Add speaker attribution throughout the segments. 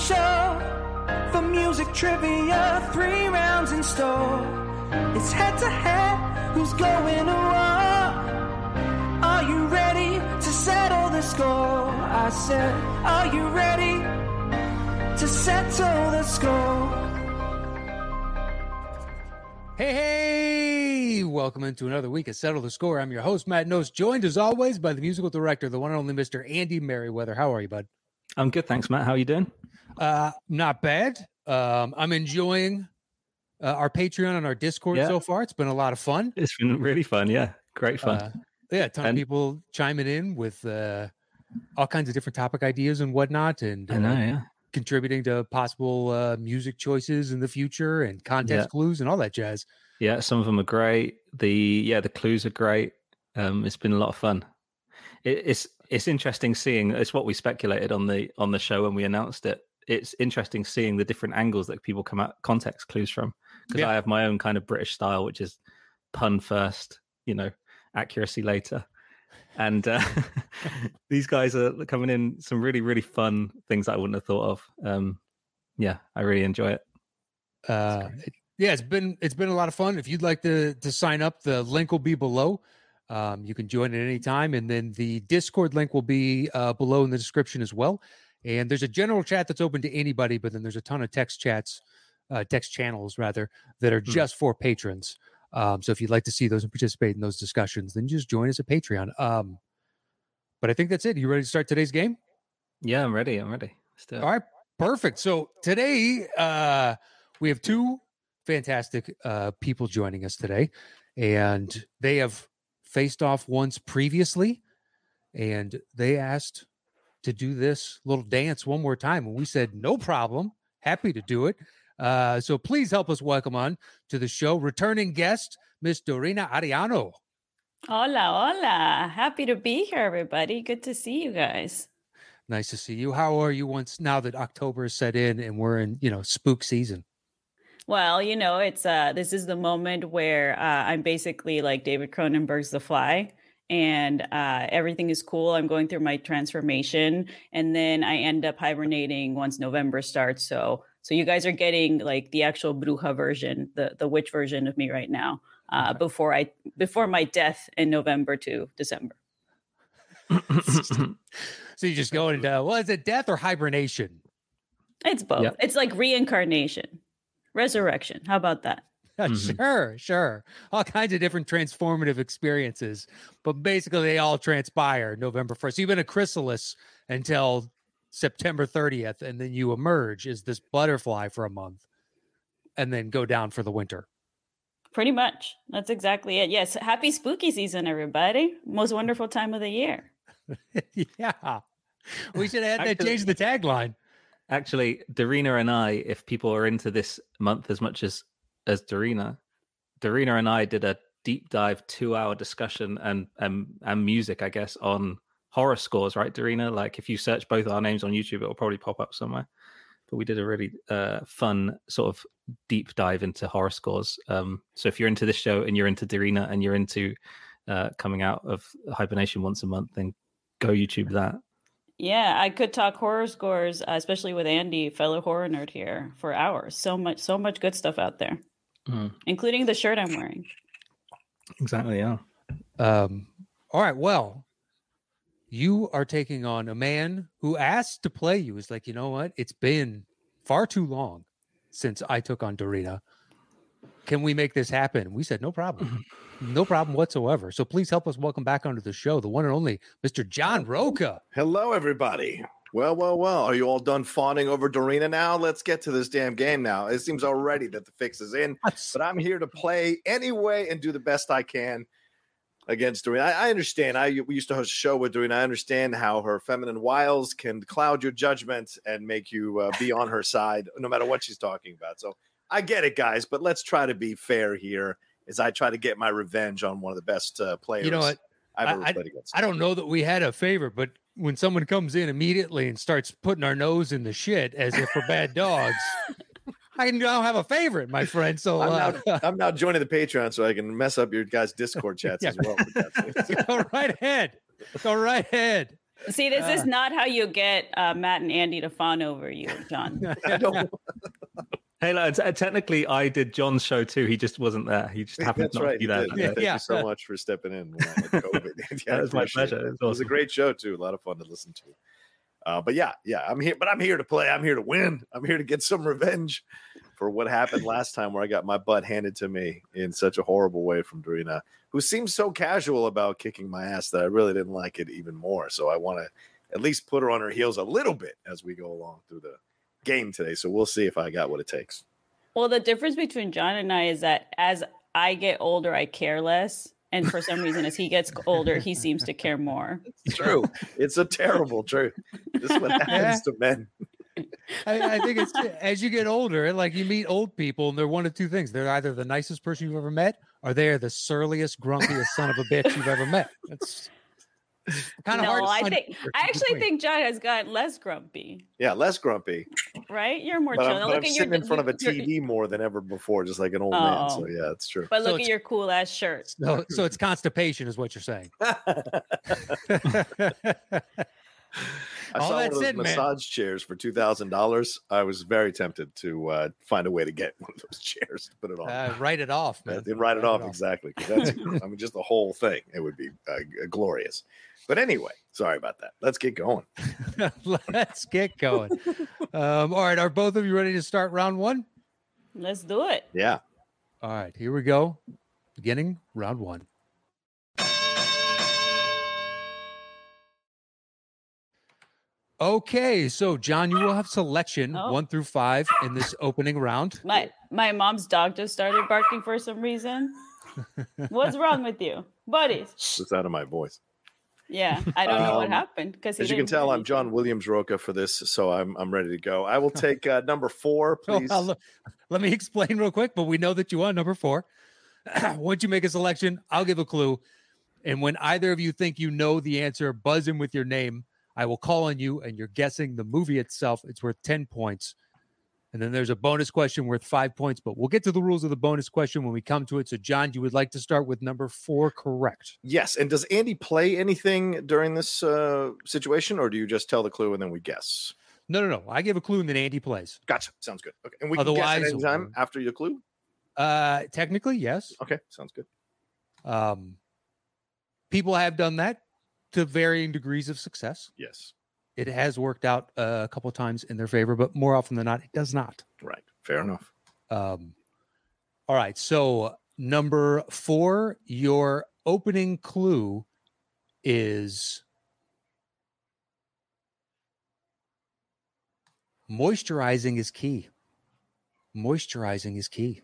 Speaker 1: show for music trivia. Three rounds in store. It's head to head. Who's going to war? Are you ready to settle the score? I said, Are you ready to settle the score?
Speaker 2: Hey, hey! Welcome into another week of Settle the Score. I'm your host, Matt Nose, joined as always by the musical director, the one and only Mr. Andy Merriweather. How are you, bud?
Speaker 3: I'm good, thanks, Matt. How you doing?
Speaker 2: Uh, not bad. Um, I'm enjoying uh, our Patreon and our Discord
Speaker 3: Yeah.
Speaker 2: so far. It's been a lot of fun.
Speaker 3: It's been really fun. Yeah, great fun.
Speaker 2: Uh, yeah, a ton
Speaker 3: And-
Speaker 2: of people chiming in with uh, all kinds of different topic ideas and whatnot, and
Speaker 3: I know.
Speaker 2: uh,
Speaker 3: Yeah,
Speaker 2: contributing to possible uh, music choices in the future and contest
Speaker 3: Yeah.
Speaker 2: clues and all that jazz.
Speaker 3: yeah. Some of them are great. The yeah, the clues are great. Um, it's been a lot of fun. It, it's it's interesting seeing. It's what we speculated on the on the show when we announced it. It's interesting seeing the different angles that people come at context clues from. Because
Speaker 2: Yeah.
Speaker 3: I have my own kind of British style, which is pun first, you know, accuracy later. And uh, these guys are coming in some really really fun things that I wouldn't have thought of. Um, yeah, I really enjoy it.
Speaker 2: uh it- yeah it's been it's been a lot of fun if you'd like to to sign up the link will be below um you can join at any time and then the discord link will be uh below in the description as well and there's a general chat that's open to anybody but then there's a ton of text chats uh text channels rather that are
Speaker 3: Hmm.
Speaker 2: just for patrons um so if you'd like to see those and participate in those discussions then just join us at patreon um but i think that's it you ready to start today's game
Speaker 3: Yeah, I'm ready. I'm ready. Let's do it.
Speaker 2: all right, perfect. So today uh, we have two fantastic uh, people joining us today, and they have faced off once previously, and they asked to do this little dance one more time, and we said no problem, happy to do it. Uh, so please help us welcome on to the show returning guest Miss Dorina Ariano.
Speaker 4: Hola, hola. Happy to be here, everybody. Good to see you guys.
Speaker 2: Nice to see you. How are you? Once now that October is set in and we're in you know spook season.
Speaker 4: Well, you know, it's uh this is the moment where uh, I'm basically like David Cronenberg's The Fly and uh everything is cool. I'm going through my transformation and then I end up hibernating once November starts. So so you guys are getting like the actual bruja version, the the witch version of me right now. Uh, before I before my death in November to December.
Speaker 2: So you just go into well, is it death or hibernation?
Speaker 4: It's both.
Speaker 3: Yep.
Speaker 4: It's like reincarnation, resurrection. How about that?
Speaker 3: Mhm.
Speaker 2: Sure, sure. All kinds of different transformative experiences, but basically they all transpire November first. So you've been a chrysalis until September thirtieth, and then you emerge as this butterfly for a month, and then go down for the winter.
Speaker 4: Pretty much. That's exactly it. Yes. Happy spooky season, everybody. Most wonderful time of the year.
Speaker 2: yeah, we should have had that
Speaker 3: Actually-
Speaker 2: change the tagline.
Speaker 3: Actually, Darina and I, if people are into this month as much as as Darina, Darina and I did a deep dive two hour discussion and and and music, I guess, on horror scores, right, Darina? Like if you search both our names on YouTube, it'll probably pop up somewhere. But we did a really uh, fun sort of deep dive into horror scores. Um, so if you're into this show and you're into Darina and you're into uh, coming out of hibernation once a month, then go YouTube that.
Speaker 4: Yeah. I could talk horror scores, uh, especially with Andy, fellow horror nerd here, for hours. So much, so much good stuff out there,
Speaker 3: Mm.
Speaker 4: including the shirt I'm wearing.
Speaker 3: Exactly, yeah.
Speaker 2: Um, all right. Well, you are taking on a man who asked to play you. Is like, you know what? It's been far too long since I took on Dorita. Can we make this happen? We said no problem, no problem whatsoever. So please help us welcome back onto the show the one and only Mr. John Roca.
Speaker 5: Hello, everybody. Well, well, well. Are you all done fawning over Dorina now? Let's get to this damn game now. It seems already that the fix is in, but I'm here to play anyway and do the best I can against Dorina. I, I understand. I we used to host a show with Dorina. I understand how her feminine wiles can cloud your judgment and make you uh, be on her side, no matter what she's talking about. So I get it, guys. But let's try to be fair here as I try to get my revenge on one of the best uh, players.
Speaker 2: You know what?
Speaker 5: I've
Speaker 2: I-
Speaker 5: ever played against.
Speaker 2: I don't know that we had a favorite, but when someone comes in immediately and starts putting our nose in the shit as if we're bad dogs, I don't have a favorite, my friend. So
Speaker 5: I'm
Speaker 2: uh,
Speaker 5: now, I'm now joining the Patreon so I can mess up your guys' Discord chats
Speaker 2: Yeah.
Speaker 5: as well.
Speaker 2: go right ahead. Go right ahead.
Speaker 4: See, this
Speaker 2: Ah.
Speaker 4: is not how you get uh, Matt and Andy to fawn over you, John.
Speaker 5: I don't-
Speaker 3: Hey, look, t- technically, I did John's show too. He just wasn't there. He just happened
Speaker 5: That's
Speaker 3: to not
Speaker 5: right.
Speaker 3: be
Speaker 5: you
Speaker 3: there.
Speaker 5: did.
Speaker 3: that
Speaker 5: Yeah,
Speaker 3: day.
Speaker 5: Thank
Speaker 2: Yeah.
Speaker 5: you so much for stepping in. when I had COVID. Yeah, I
Speaker 3: That was my
Speaker 5: appreciate
Speaker 3: pleasure.
Speaker 5: It.
Speaker 3: It was
Speaker 5: It was a
Speaker 3: awesome.
Speaker 5: great show too. A lot of fun to listen to. Uh, but yeah, yeah, I'm here. But I'm here to play. I'm here to win. I'm here to get some revenge for what happened last time, where I got my butt handed to me in such a horrible way from Dorina, who seemed so casual about kicking my ass that I really didn't like it even more. So I want to at least put her on her heels a little bit as we go along through the game today. So we'll see if I got what it takes.
Speaker 4: Well, the difference between John and I is that as I get older, I care less. And for some reason, as he gets older, he seems to care more.
Speaker 5: It's true. it's a terrible truth. This is what happens to men.
Speaker 2: I, I think it's as you get older, like you meet old people, and they're one of two things: they're either the nicest person you've ever met, or they are the surliest, grumpiest son of a bitch you've ever met. It's kind of hard.
Speaker 4: no,
Speaker 2: to
Speaker 4: I
Speaker 2: find
Speaker 4: think
Speaker 2: somewhere
Speaker 4: I
Speaker 2: in
Speaker 4: actually
Speaker 2: between.
Speaker 4: think John has gotten less grumpy,
Speaker 5: Yeah, less grumpy.
Speaker 4: right? You're more
Speaker 5: But
Speaker 4: chill.
Speaker 5: I'm,
Speaker 4: Now
Speaker 5: but
Speaker 4: look
Speaker 5: I'm
Speaker 4: at
Speaker 5: sitting
Speaker 4: your,
Speaker 5: in front of a
Speaker 4: your-
Speaker 5: TV more than ever before, just like an old man. So
Speaker 4: Oh.
Speaker 5: yeah, it's true.
Speaker 2: So
Speaker 4: But look at
Speaker 2: it's-
Speaker 4: your cool ass shirt.
Speaker 2: so. So it's constipation, is what you're saying. Uh,
Speaker 5: I
Speaker 2: All
Speaker 5: saw one
Speaker 2: that's
Speaker 5: of those
Speaker 2: it, man.
Speaker 5: massage chairs for two thousand dollars. I was very tempted to uh, find a way to get one of those chairs to put it on.
Speaker 2: uh, write it off, man.
Speaker 5: Then write it off exactly. 'cause That's, I mean, just the whole thing. It would be uh, glorious. But anyway, sorry about that. Let's get going.
Speaker 2: Let's get going. Um, all right, are both of you ready to start round one?
Speaker 4: Let's do it.
Speaker 5: Yeah.
Speaker 2: All right, here we go. Beginning round one. Okay, so John, you will have selection
Speaker 4: Oh.
Speaker 2: one through five in this opening round.
Speaker 4: My my mom's dog just started barking for some reason. What's wrong with you, buddies? Shh.
Speaker 5: It's out of my voice.
Speaker 4: Yeah, I don't know what
Speaker 5: Um,
Speaker 4: happened because
Speaker 5: As you can tell, I'm John Williams Roca for this, so I'm I'm ready to go. I will take uh, number four,
Speaker 2: Oh,
Speaker 5: please.
Speaker 2: well, look, let me explain real quick, but we know that you are number four. Once you make a selection, I'll give a clue. And when either of you think you know the answer, buzz in with your name. I will call on you, and you're guessing the movie itself. It's worth 10 points. And then there's a bonus question worth five points, but we'll get to the rules of the bonus question when we come to it. So, John, you would like to start with number four, correct?
Speaker 5: Yes. And does Andy play anything during this uh, situation, or do you just tell the clue and then we guess?
Speaker 2: No, no, no. I give a clue and then Andy plays.
Speaker 5: Gotcha. Sounds good. Okay. And we can guess at
Speaker 2: Otherwise-
Speaker 5: any time after your clue.
Speaker 2: Uh, technically, yes.
Speaker 5: Okay. Sounds good.
Speaker 2: Um, people have done that to varying degrees of success.
Speaker 5: Yes.
Speaker 2: it has worked out uh, a couple of times in their favor, but more often than not, it does not.
Speaker 5: Right. Fair enough.
Speaker 2: Um, all right. So, number four, your opening clue is moisturizing is key. Moisturizing is key.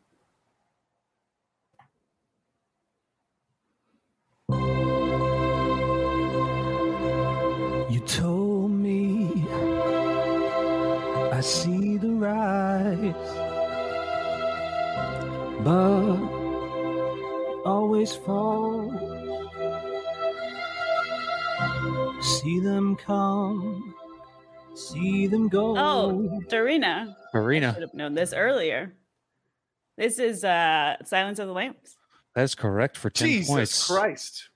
Speaker 1: You told me I see the rise, but always fall. See them come, see them go.
Speaker 4: Oh, Dorina.
Speaker 2: Marina,
Speaker 4: Should have known this earlier. This is uh Silence of the Lambs.
Speaker 2: that's correct for 10
Speaker 5: Jesus
Speaker 2: points.
Speaker 5: Christ.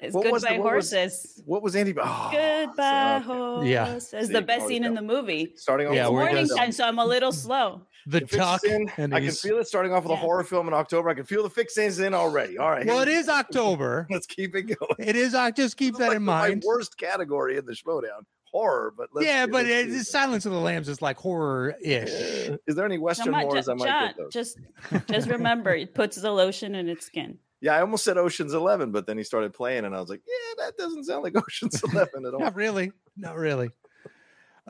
Speaker 4: It's
Speaker 5: What was the-
Speaker 4: Goodbye
Speaker 5: what was-
Speaker 4: Horses.
Speaker 5: What was Andy? Oh,
Speaker 4: Goodbye
Speaker 5: so- okay.
Speaker 4: Horses.
Speaker 2: Yeah.
Speaker 4: Is
Speaker 5: See, oh,
Speaker 4: the best
Speaker 5: always
Speaker 4: scene in
Speaker 5: go.
Speaker 4: the movie.
Speaker 5: Starting off
Speaker 2: Yeah,
Speaker 4: it's
Speaker 5: with
Speaker 2: we're
Speaker 5: a horror
Speaker 4: morning
Speaker 2: gonna-
Speaker 5: film.
Speaker 4: time, so I'm a little slow.
Speaker 2: The
Speaker 5: The fix
Speaker 2: duck.
Speaker 5: is in.
Speaker 2: and
Speaker 5: I can
Speaker 2: he's-
Speaker 5: feel it starting off with a
Speaker 4: Yeah.
Speaker 5: horror film in October. I can feel the fix is in already. All right.
Speaker 2: Well,
Speaker 5: here
Speaker 2: it
Speaker 5: we
Speaker 2: is
Speaker 5: go.
Speaker 2: October.
Speaker 5: Let's keep it going.
Speaker 2: It is. I just keep
Speaker 5: This is
Speaker 2: that
Speaker 5: like
Speaker 2: in
Speaker 5: the- my
Speaker 2: mind.
Speaker 5: worst category in the showdown horror, but let's
Speaker 2: yeah,
Speaker 5: see,
Speaker 2: but
Speaker 5: let's
Speaker 2: it,
Speaker 5: see.
Speaker 2: it's Silence of the Lambs is like horror ish.
Speaker 5: Uh, Is there any Western
Speaker 4: Come on,
Speaker 5: horrors
Speaker 4: Jo-
Speaker 5: I might
Speaker 4: uh, John,
Speaker 5: get those?
Speaker 4: just just remember it puts the lotion in its skin.
Speaker 5: Yeah, I almost said Ocean's Eleven, but then he started playing, and I was like, "Yeah, that doesn't sound like Ocean's Eleven at all."
Speaker 2: Not really. Not really.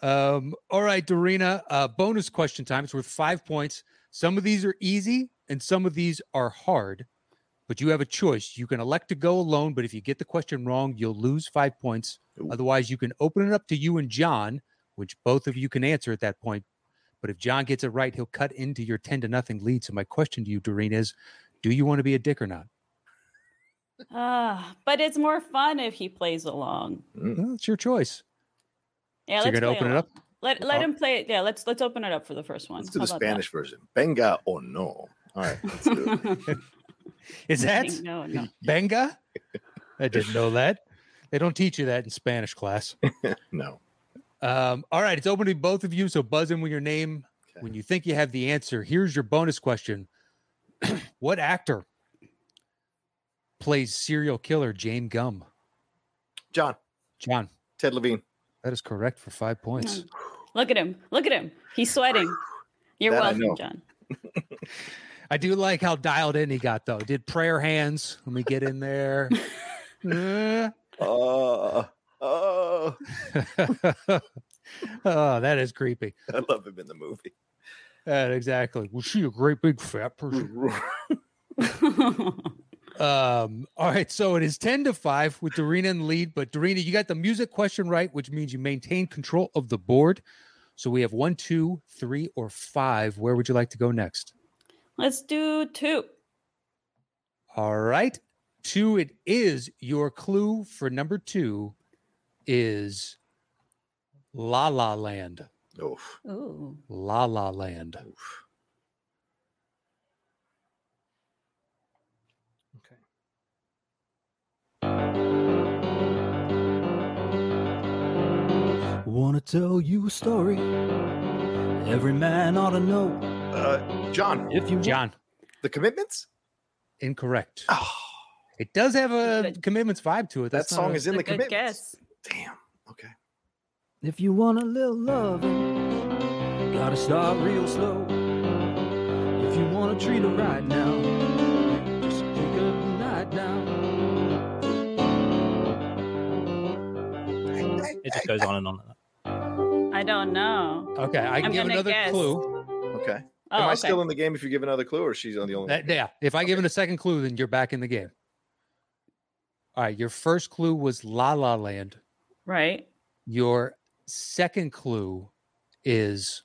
Speaker 2: Um, all right, Dorina. Uh, bonus question time. It's worth five points. Some of these are easy and some of these are hard, but you have a choice. You can elect to go alone, but if you get the question wrong, you'll lose five points.
Speaker 5: Ooh.
Speaker 2: Otherwise, you can open it up to you and John, which both of you can answer at that point. But if John gets it right, he'll cut into your 10 to nothing lead. So, my question to you, Doreen, is do you want to be a dick or not?
Speaker 4: Ah, but it's more fun if he plays along.
Speaker 2: Well, it's your choice.
Speaker 4: Yeah,
Speaker 2: So you're
Speaker 4: let's
Speaker 2: gonna
Speaker 4: play
Speaker 2: open it
Speaker 4: along.
Speaker 2: up? Oh.
Speaker 4: Let let him play it. Yeah, let's let's open it up for the first one.
Speaker 5: Let's do
Speaker 4: How
Speaker 5: the
Speaker 4: about that?
Speaker 5: Spanish version. Benga o no. All right, let's do it.
Speaker 2: Is that
Speaker 4: no, no.
Speaker 2: Benga? I didn't know that. They don't teach you that in Spanish class.
Speaker 5: No.
Speaker 2: Um, all right, it's open to both of you. So buzz in with your name
Speaker 5: Okay.
Speaker 2: when you think you have the answer. Here's your bonus question: What actor plays serial killer James Gum?
Speaker 5: John,
Speaker 2: John,
Speaker 5: Ted Levine.
Speaker 2: that is correct for five points.
Speaker 4: Look at him. Look at him. He's sweating. You're
Speaker 5: That I know.
Speaker 4: welcome, John.
Speaker 2: I do like how dialed in he got though. Did prayer hands? Let me get in there. Uh,
Speaker 5: Oh, oh,
Speaker 2: oh, that is creepy.
Speaker 5: I love him in the movie.
Speaker 2: That exactly. Was she a great big fat
Speaker 5: Mm-hmm.
Speaker 2: person? Um, all right, so it is 10 to 5 with Dorina in the lead, but Dorina, you got the music question right, which means you maintain control of the board. So we have one, two, three, or five. Where would you like to go next?
Speaker 4: Let's do two.
Speaker 2: All right, two it is. Your clue for number two is La La Land.
Speaker 5: Oof.
Speaker 4: Ooh.
Speaker 2: La La Land.
Speaker 3: Okay. Wanna tell you a story? Every man ought to know
Speaker 5: Uh, John,
Speaker 3: if you
Speaker 2: John,
Speaker 5: the commitments?
Speaker 2: incorrect.
Speaker 5: Oh,
Speaker 2: It does have a
Speaker 4: Good.
Speaker 2: commitments vibe to it.
Speaker 5: that
Speaker 2: That's not
Speaker 5: song
Speaker 2: a-
Speaker 5: is in
Speaker 4: a
Speaker 5: the
Speaker 4: good
Speaker 5: commitments.
Speaker 4: guess.
Speaker 5: Damn. Okay.
Speaker 3: If you want a little love, gotta start real slow. If you want to treat her right now, just pick up night now. It just goes on and on.
Speaker 4: I don't know.
Speaker 2: Okay, I can
Speaker 4: I'm
Speaker 2: give
Speaker 4: gonna
Speaker 2: another
Speaker 4: guess.
Speaker 2: clue.
Speaker 5: Okay.
Speaker 4: Oh,
Speaker 5: Am I
Speaker 4: okay.
Speaker 5: still in the game if you give another clue, or she's on the only?
Speaker 2: That- yeah. If I give it a second clue, then you're back in the game. All right. Your first clue was La La Land.
Speaker 4: right?
Speaker 2: Your second clue is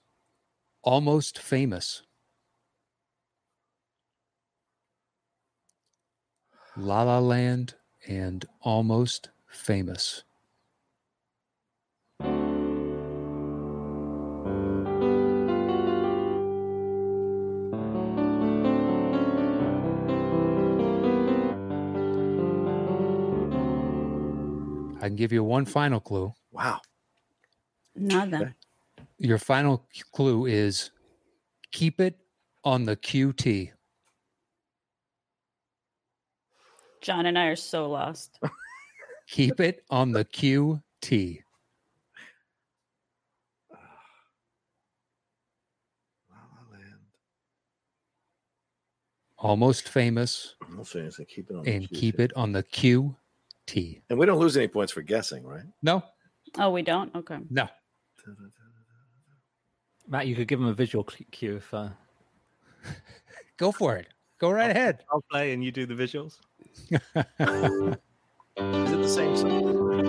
Speaker 2: almost famous. La La Land and almost famous. I can give you one final clue.
Speaker 5: Wow.
Speaker 4: Nada.
Speaker 2: Your final c- clue is keep it on the QT.
Speaker 4: John and I are so lost.
Speaker 2: Keep it on the QT.
Speaker 5: La La Land.
Speaker 2: Almost famous
Speaker 5: I'm also gonna say keep it on the
Speaker 2: and
Speaker 5: queue,
Speaker 2: keep
Speaker 5: too.
Speaker 2: it on the QT.
Speaker 5: And we don't lose any points for guessing, right?
Speaker 2: No,
Speaker 4: Oh, we don't? Okay.
Speaker 2: no.
Speaker 3: Matt, you could give him a visual cl- cue if uh,
Speaker 2: Go for it. Go right ahead.
Speaker 3: I'll play and you do the visuals.
Speaker 5: Is it the same song?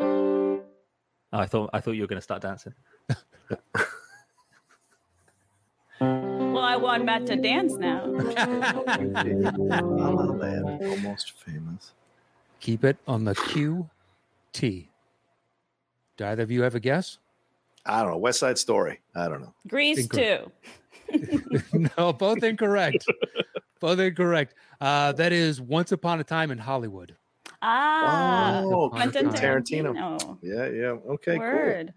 Speaker 3: Oh, I thought I thought you were going to start dancing.
Speaker 4: Well, I want Matt to dance now.
Speaker 5: La La Land, almost famous.
Speaker 2: Keep it on the QT. Do either of you have a guess?
Speaker 5: I don't know. West Side Story. I don't know.
Speaker 4: Grease too.
Speaker 2: no, both incorrect. both incorrect. Uh, that is Once Upon a Time in Hollywood.
Speaker 4: Ah.
Speaker 5: oh,
Speaker 2: Quentin
Speaker 5: Quentin
Speaker 4: Tarantino.
Speaker 5: Tarantino. Yeah, yeah. Okay,
Speaker 4: Word.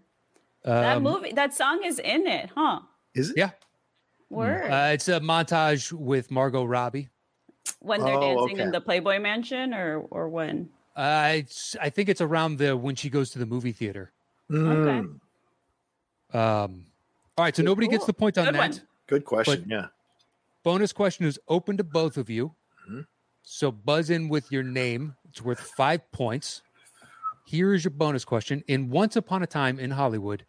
Speaker 4: that
Speaker 2: Um,
Speaker 4: movie, that song is in it, huh?
Speaker 5: cool. Is it?
Speaker 2: Yeah.
Speaker 4: Word.
Speaker 2: Uh, it's a montage with Margot Robbie.
Speaker 4: when they're
Speaker 5: oh,
Speaker 4: dancing in
Speaker 5: okay.
Speaker 4: the Playboy Mansion, or or when?
Speaker 2: Uh, it's, I think it's around the when she goes to the movie theater.
Speaker 5: Mm,
Speaker 2: Um, all right, so nobody gets
Speaker 4: Cool.
Speaker 2: the point on
Speaker 4: Good
Speaker 2: that.
Speaker 4: one.
Speaker 5: Good question. yeah.
Speaker 2: Bonus question is open to both of you.
Speaker 5: Mhm.
Speaker 2: So buzz in with your name. It's worth five points. Here is your bonus question. In Once Upon a Time in Hollywood,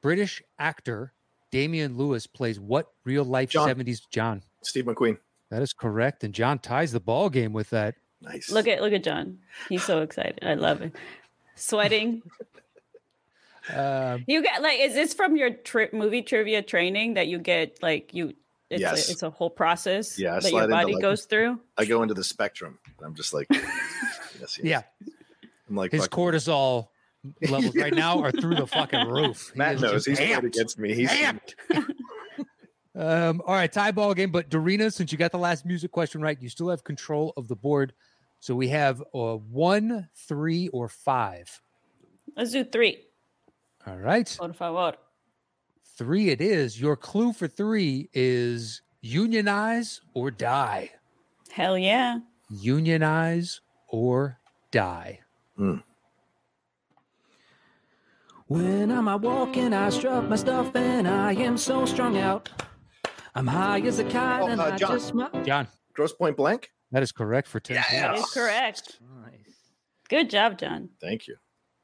Speaker 2: British actor Damian Lewis plays what real life
Speaker 5: John.
Speaker 2: 70s John?
Speaker 5: Steve McQueen.
Speaker 2: That is correct. And John ties the ball game with that.
Speaker 5: Nice.
Speaker 4: Look at look at John. He's so excited. I love it. Sweating.
Speaker 5: Uh,
Speaker 2: Um,
Speaker 4: You get like is this from your tri- movie trivia training that you get like you? It's
Speaker 5: Yes.
Speaker 4: a, it's a whole process
Speaker 5: Yeah, I
Speaker 4: that
Speaker 5: slide
Speaker 4: your
Speaker 5: into,
Speaker 4: body
Speaker 5: like-
Speaker 4: goes through.
Speaker 5: I go into the spectrum. I'm just like, yes, yes.
Speaker 2: yeah,
Speaker 5: I'm like,
Speaker 2: his
Speaker 5: fuck,
Speaker 2: cortisol levels right now are through the fucking roof. He
Speaker 5: Matt
Speaker 2: is
Speaker 5: knows
Speaker 2: just
Speaker 5: he's played
Speaker 2: amped.
Speaker 5: against me. He's
Speaker 2: amped. um, all right, tie ball game. But Dorina, since you got the last music question right, you still have control of the board. So we have uh, one, three, or five.
Speaker 4: Let's do three.
Speaker 2: All right.
Speaker 4: Por favor.
Speaker 2: Three it is. Your clue for three is unionize or die.
Speaker 4: Hell yeah.
Speaker 2: Unionize or die.
Speaker 1: When I'm out walking, I strut my stuff, and I am so strung out. I'm high as a kite,
Speaker 5: Oh,
Speaker 1: and
Speaker 5: uh,
Speaker 1: I
Speaker 5: John.
Speaker 1: just smile.
Speaker 2: John,
Speaker 5: Gross Point Blank.
Speaker 2: that is correct for 10
Speaker 5: Yeah.
Speaker 4: That
Speaker 2: points.
Speaker 4: is correct.
Speaker 1: Nice.
Speaker 4: Good job, John.
Speaker 5: Thank you.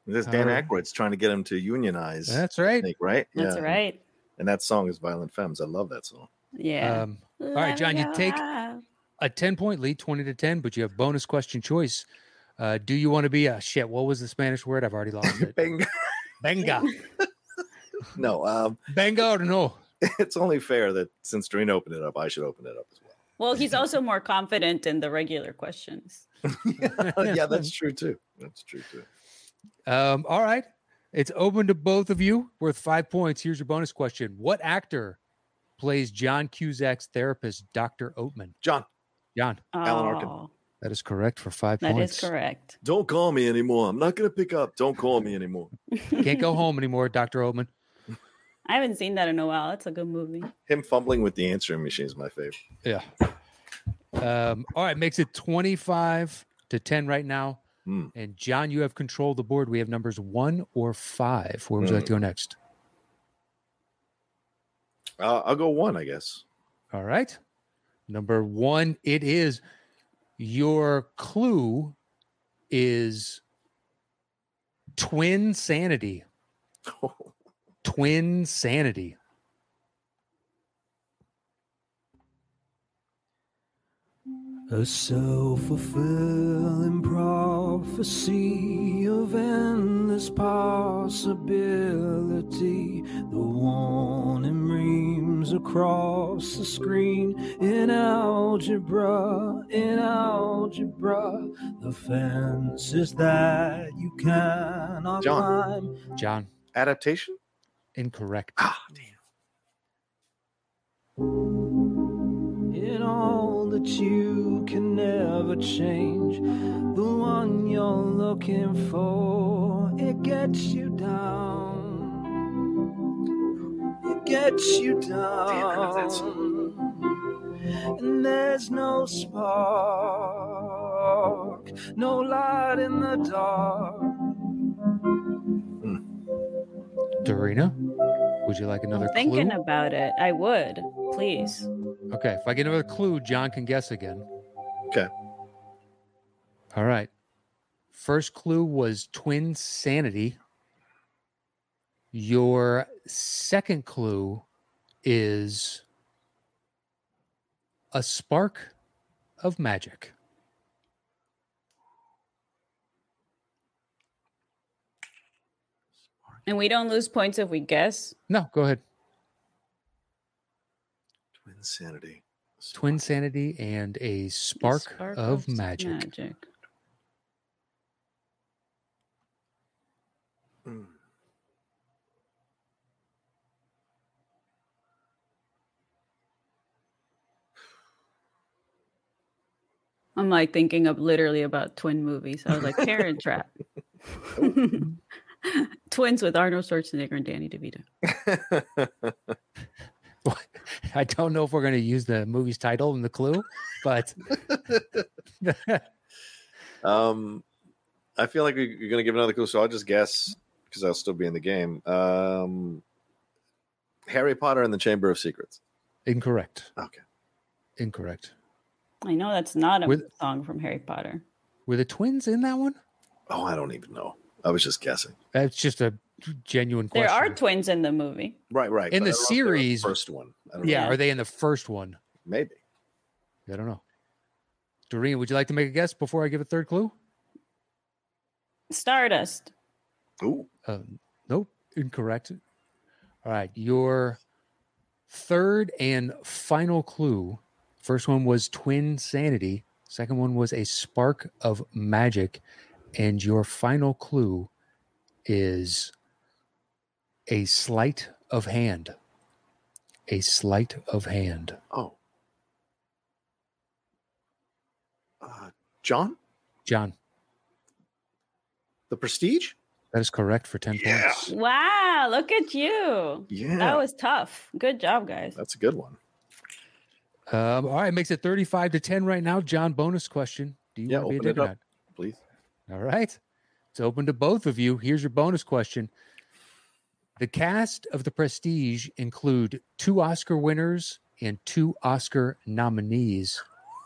Speaker 5: This Dan
Speaker 2: Alright.
Speaker 5: Aykroyd's trying to get him to unionize.
Speaker 2: Uh, That's
Speaker 5: I
Speaker 2: right.
Speaker 5: think, right?
Speaker 4: That's right.
Speaker 5: And that song is Violent Femmes. I love that song.
Speaker 4: Yeah.
Speaker 2: Um, right, John, you take- a 10 point lead, 20 to 10, but you have bonus question choice. Uh, do you want to be a shit? What was the Spanish word? I've already lost it.
Speaker 5: Bang.
Speaker 2: Benga.
Speaker 5: no, um,
Speaker 2: Benga or no?
Speaker 5: it's only fair that since Doreen opened it up, I should open it up as
Speaker 4: Well, he's also more confident in the regular questions.
Speaker 5: well. Oh, yeah, that's true too. That's true too.
Speaker 2: Um, all right. It's open to both of you, worth five points. Here's your bonus question What actor plays John Cusack's therapist, Dr. Oatman?
Speaker 5: John,
Speaker 2: John,
Speaker 5: Alan Arkin.
Speaker 4: Oh,
Speaker 2: that is correct for five
Speaker 4: that
Speaker 2: points.
Speaker 4: is correct.
Speaker 5: don't call me anymore. I'm not going to pick up. Don't call me anymore.
Speaker 2: Can't go home anymore, Dr. Oatman.
Speaker 4: I haven't seen that in a while. That's a good movie.
Speaker 5: Him fumbling with the answering machine is my favorite.
Speaker 2: Yeah. Um, all right, makes it 25 to 10 right now.
Speaker 5: Hmm.
Speaker 2: And John, you have control of the board. We have numbers one or five. Where would you like to go next?
Speaker 5: Uh, I'll go one, I guess.
Speaker 2: All right. Number one, it is your clue is twin sanity. Twin sanity.
Speaker 1: A self fulfilling prophecy of endless possibility. The warning reams across the screen in algebra, in algebra. The fences that you cannot
Speaker 5: John.
Speaker 1: climb.
Speaker 2: John,
Speaker 5: Adaptation?
Speaker 2: incorrect.
Speaker 5: Ah, damn.
Speaker 1: In all that you can never change, the one you're looking for, it gets you down. It gets you down. And there's no spark, no light in the dark.
Speaker 2: Dorina, would you like another
Speaker 4: I'm thinking
Speaker 2: clue?
Speaker 4: about it. I would, please.
Speaker 2: okay, if I get another clue, John can guess again.
Speaker 5: Okay.
Speaker 2: All right. First clue was twin sanity. Your second clue is a spark of magic.
Speaker 4: And we don't lose points if we guess.
Speaker 2: No, go ahead.
Speaker 5: Twin Sanity.
Speaker 2: Twin sanity and a spark, of magic.
Speaker 4: magic.
Speaker 5: Mm.
Speaker 4: I'm like thinking of literally about twin movies. I was like, Parent Trap. Twins with Arnold Schwarzenegger and Danny DeVito.
Speaker 2: I don't know if we're going to use the movie's title and the clue, but
Speaker 5: um, I feel like we- you're going to give another clue, so I'll just guess because I'll still be in the game. Um, Harry Potter and the Chamber of Secrets.
Speaker 2: incorrect.
Speaker 5: Okay.
Speaker 2: Incorrect.
Speaker 4: I know that's not a
Speaker 2: With-
Speaker 4: song from Harry Potter.
Speaker 2: Were the twins in that one?
Speaker 5: Oh, I don't even know. I was just guessing.
Speaker 2: That's just a genuine question.
Speaker 4: There are twins in the movie.
Speaker 5: Right, right.
Speaker 2: In
Speaker 5: but I
Speaker 2: the
Speaker 5: don't know if they were
Speaker 2: series-
Speaker 5: first one. I don't
Speaker 2: yeah,
Speaker 4: Yeah.
Speaker 2: are they in the first one?
Speaker 5: know. Maybe.
Speaker 2: I don't know. Doreen, would you like to make a guess before I give a third clue?
Speaker 4: Stardust.
Speaker 5: Ooh,
Speaker 2: Uh, nope, incorrect. All right, your third and final clue. First one was twin sanity. Second one was a spark of magic, and your final clue is a sleight of hand. A sleight of hand.
Speaker 5: oh. Uh, John?
Speaker 2: John,
Speaker 5: The Prestige?
Speaker 2: that is correct for 10
Speaker 5: Yeah.
Speaker 2: points.
Speaker 4: Wow, look at you.
Speaker 5: Yeah.
Speaker 4: That was tough. Good job, guys.
Speaker 5: That's a good one.
Speaker 2: Um, all right, makes it 35 to 10 right now. John, bonus question. Do you
Speaker 5: Yeah,
Speaker 2: want to be
Speaker 5: open
Speaker 2: a
Speaker 5: it up.
Speaker 2: diplomat?
Speaker 5: Please.
Speaker 2: All right. It's open to both of you. Here's your bonus question. The cast of The Prestige include two Oscar winners and two Oscar nominees.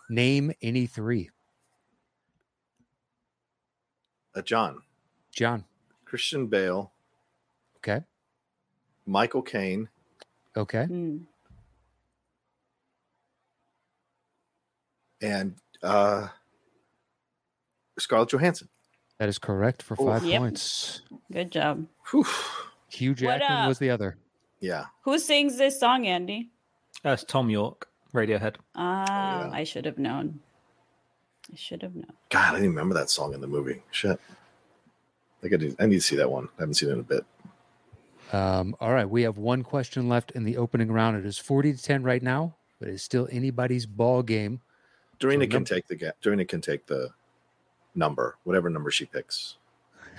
Speaker 2: Name any three.
Speaker 5: Uh, John,
Speaker 2: John.
Speaker 5: Christian Bale,
Speaker 2: Okay.
Speaker 5: Michael Caine,
Speaker 2: Okay.
Speaker 4: Mm.
Speaker 5: and uh, Scarlett Johansson.
Speaker 2: That is correct for
Speaker 5: Oh.
Speaker 2: five
Speaker 4: Yep.
Speaker 2: points.
Speaker 4: Good job.
Speaker 5: Whew.
Speaker 2: Hugh
Speaker 4: What
Speaker 2: Jackman
Speaker 4: up?
Speaker 2: was the other.
Speaker 5: Yeah.
Speaker 4: Who sings this song, Andy?
Speaker 3: That's Tom York, Radiohead.
Speaker 4: Ah,
Speaker 5: yeah.
Speaker 4: I should have known. I should have known.
Speaker 5: God, I didn't remember that song in the movie. Shit. I, could, I need to see that one. I haven't seen it in a bit.
Speaker 2: Um, all right. We have one question left in the opening round. It is 40 to 10 right now, but it's still anybody's ball game.
Speaker 5: Dorina
Speaker 2: num-
Speaker 5: can take the ga- Dorina can take the number, whatever number she picks.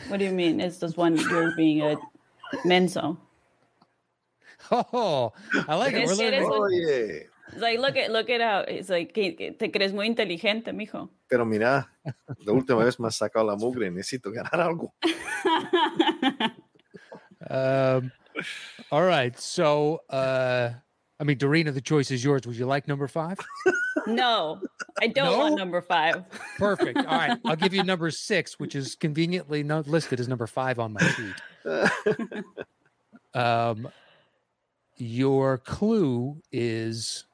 Speaker 4: What do you mean? It's this one you're being a menso.
Speaker 2: Oh, I like it.
Speaker 4: It
Speaker 2: We're
Speaker 4: is- it
Speaker 2: learning.
Speaker 4: is
Speaker 5: Oh yeah.
Speaker 4: It's like look at look at how it's like que- que- te crees muy inteligente, mijo.
Speaker 5: Pero mira, la última vez me has sacado la mugre. Necesito ganar algo.
Speaker 2: Um, all right. So, uh, I mean, Dorina, the choice is yours. Would you like number five?
Speaker 4: no, I don't
Speaker 2: No?
Speaker 4: want number five.
Speaker 2: Perfect. All right. I'll give you number six, which is conveniently not listed as number five on my sheet. Um, your clue is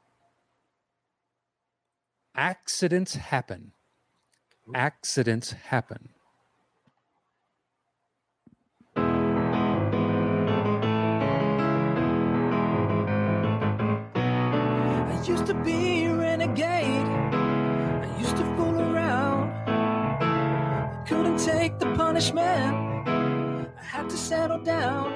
Speaker 2: accidents happen. Accidents happen.
Speaker 1: I used to be a renegade. I used to fool around. I couldn't take the punishment. I had to settle down.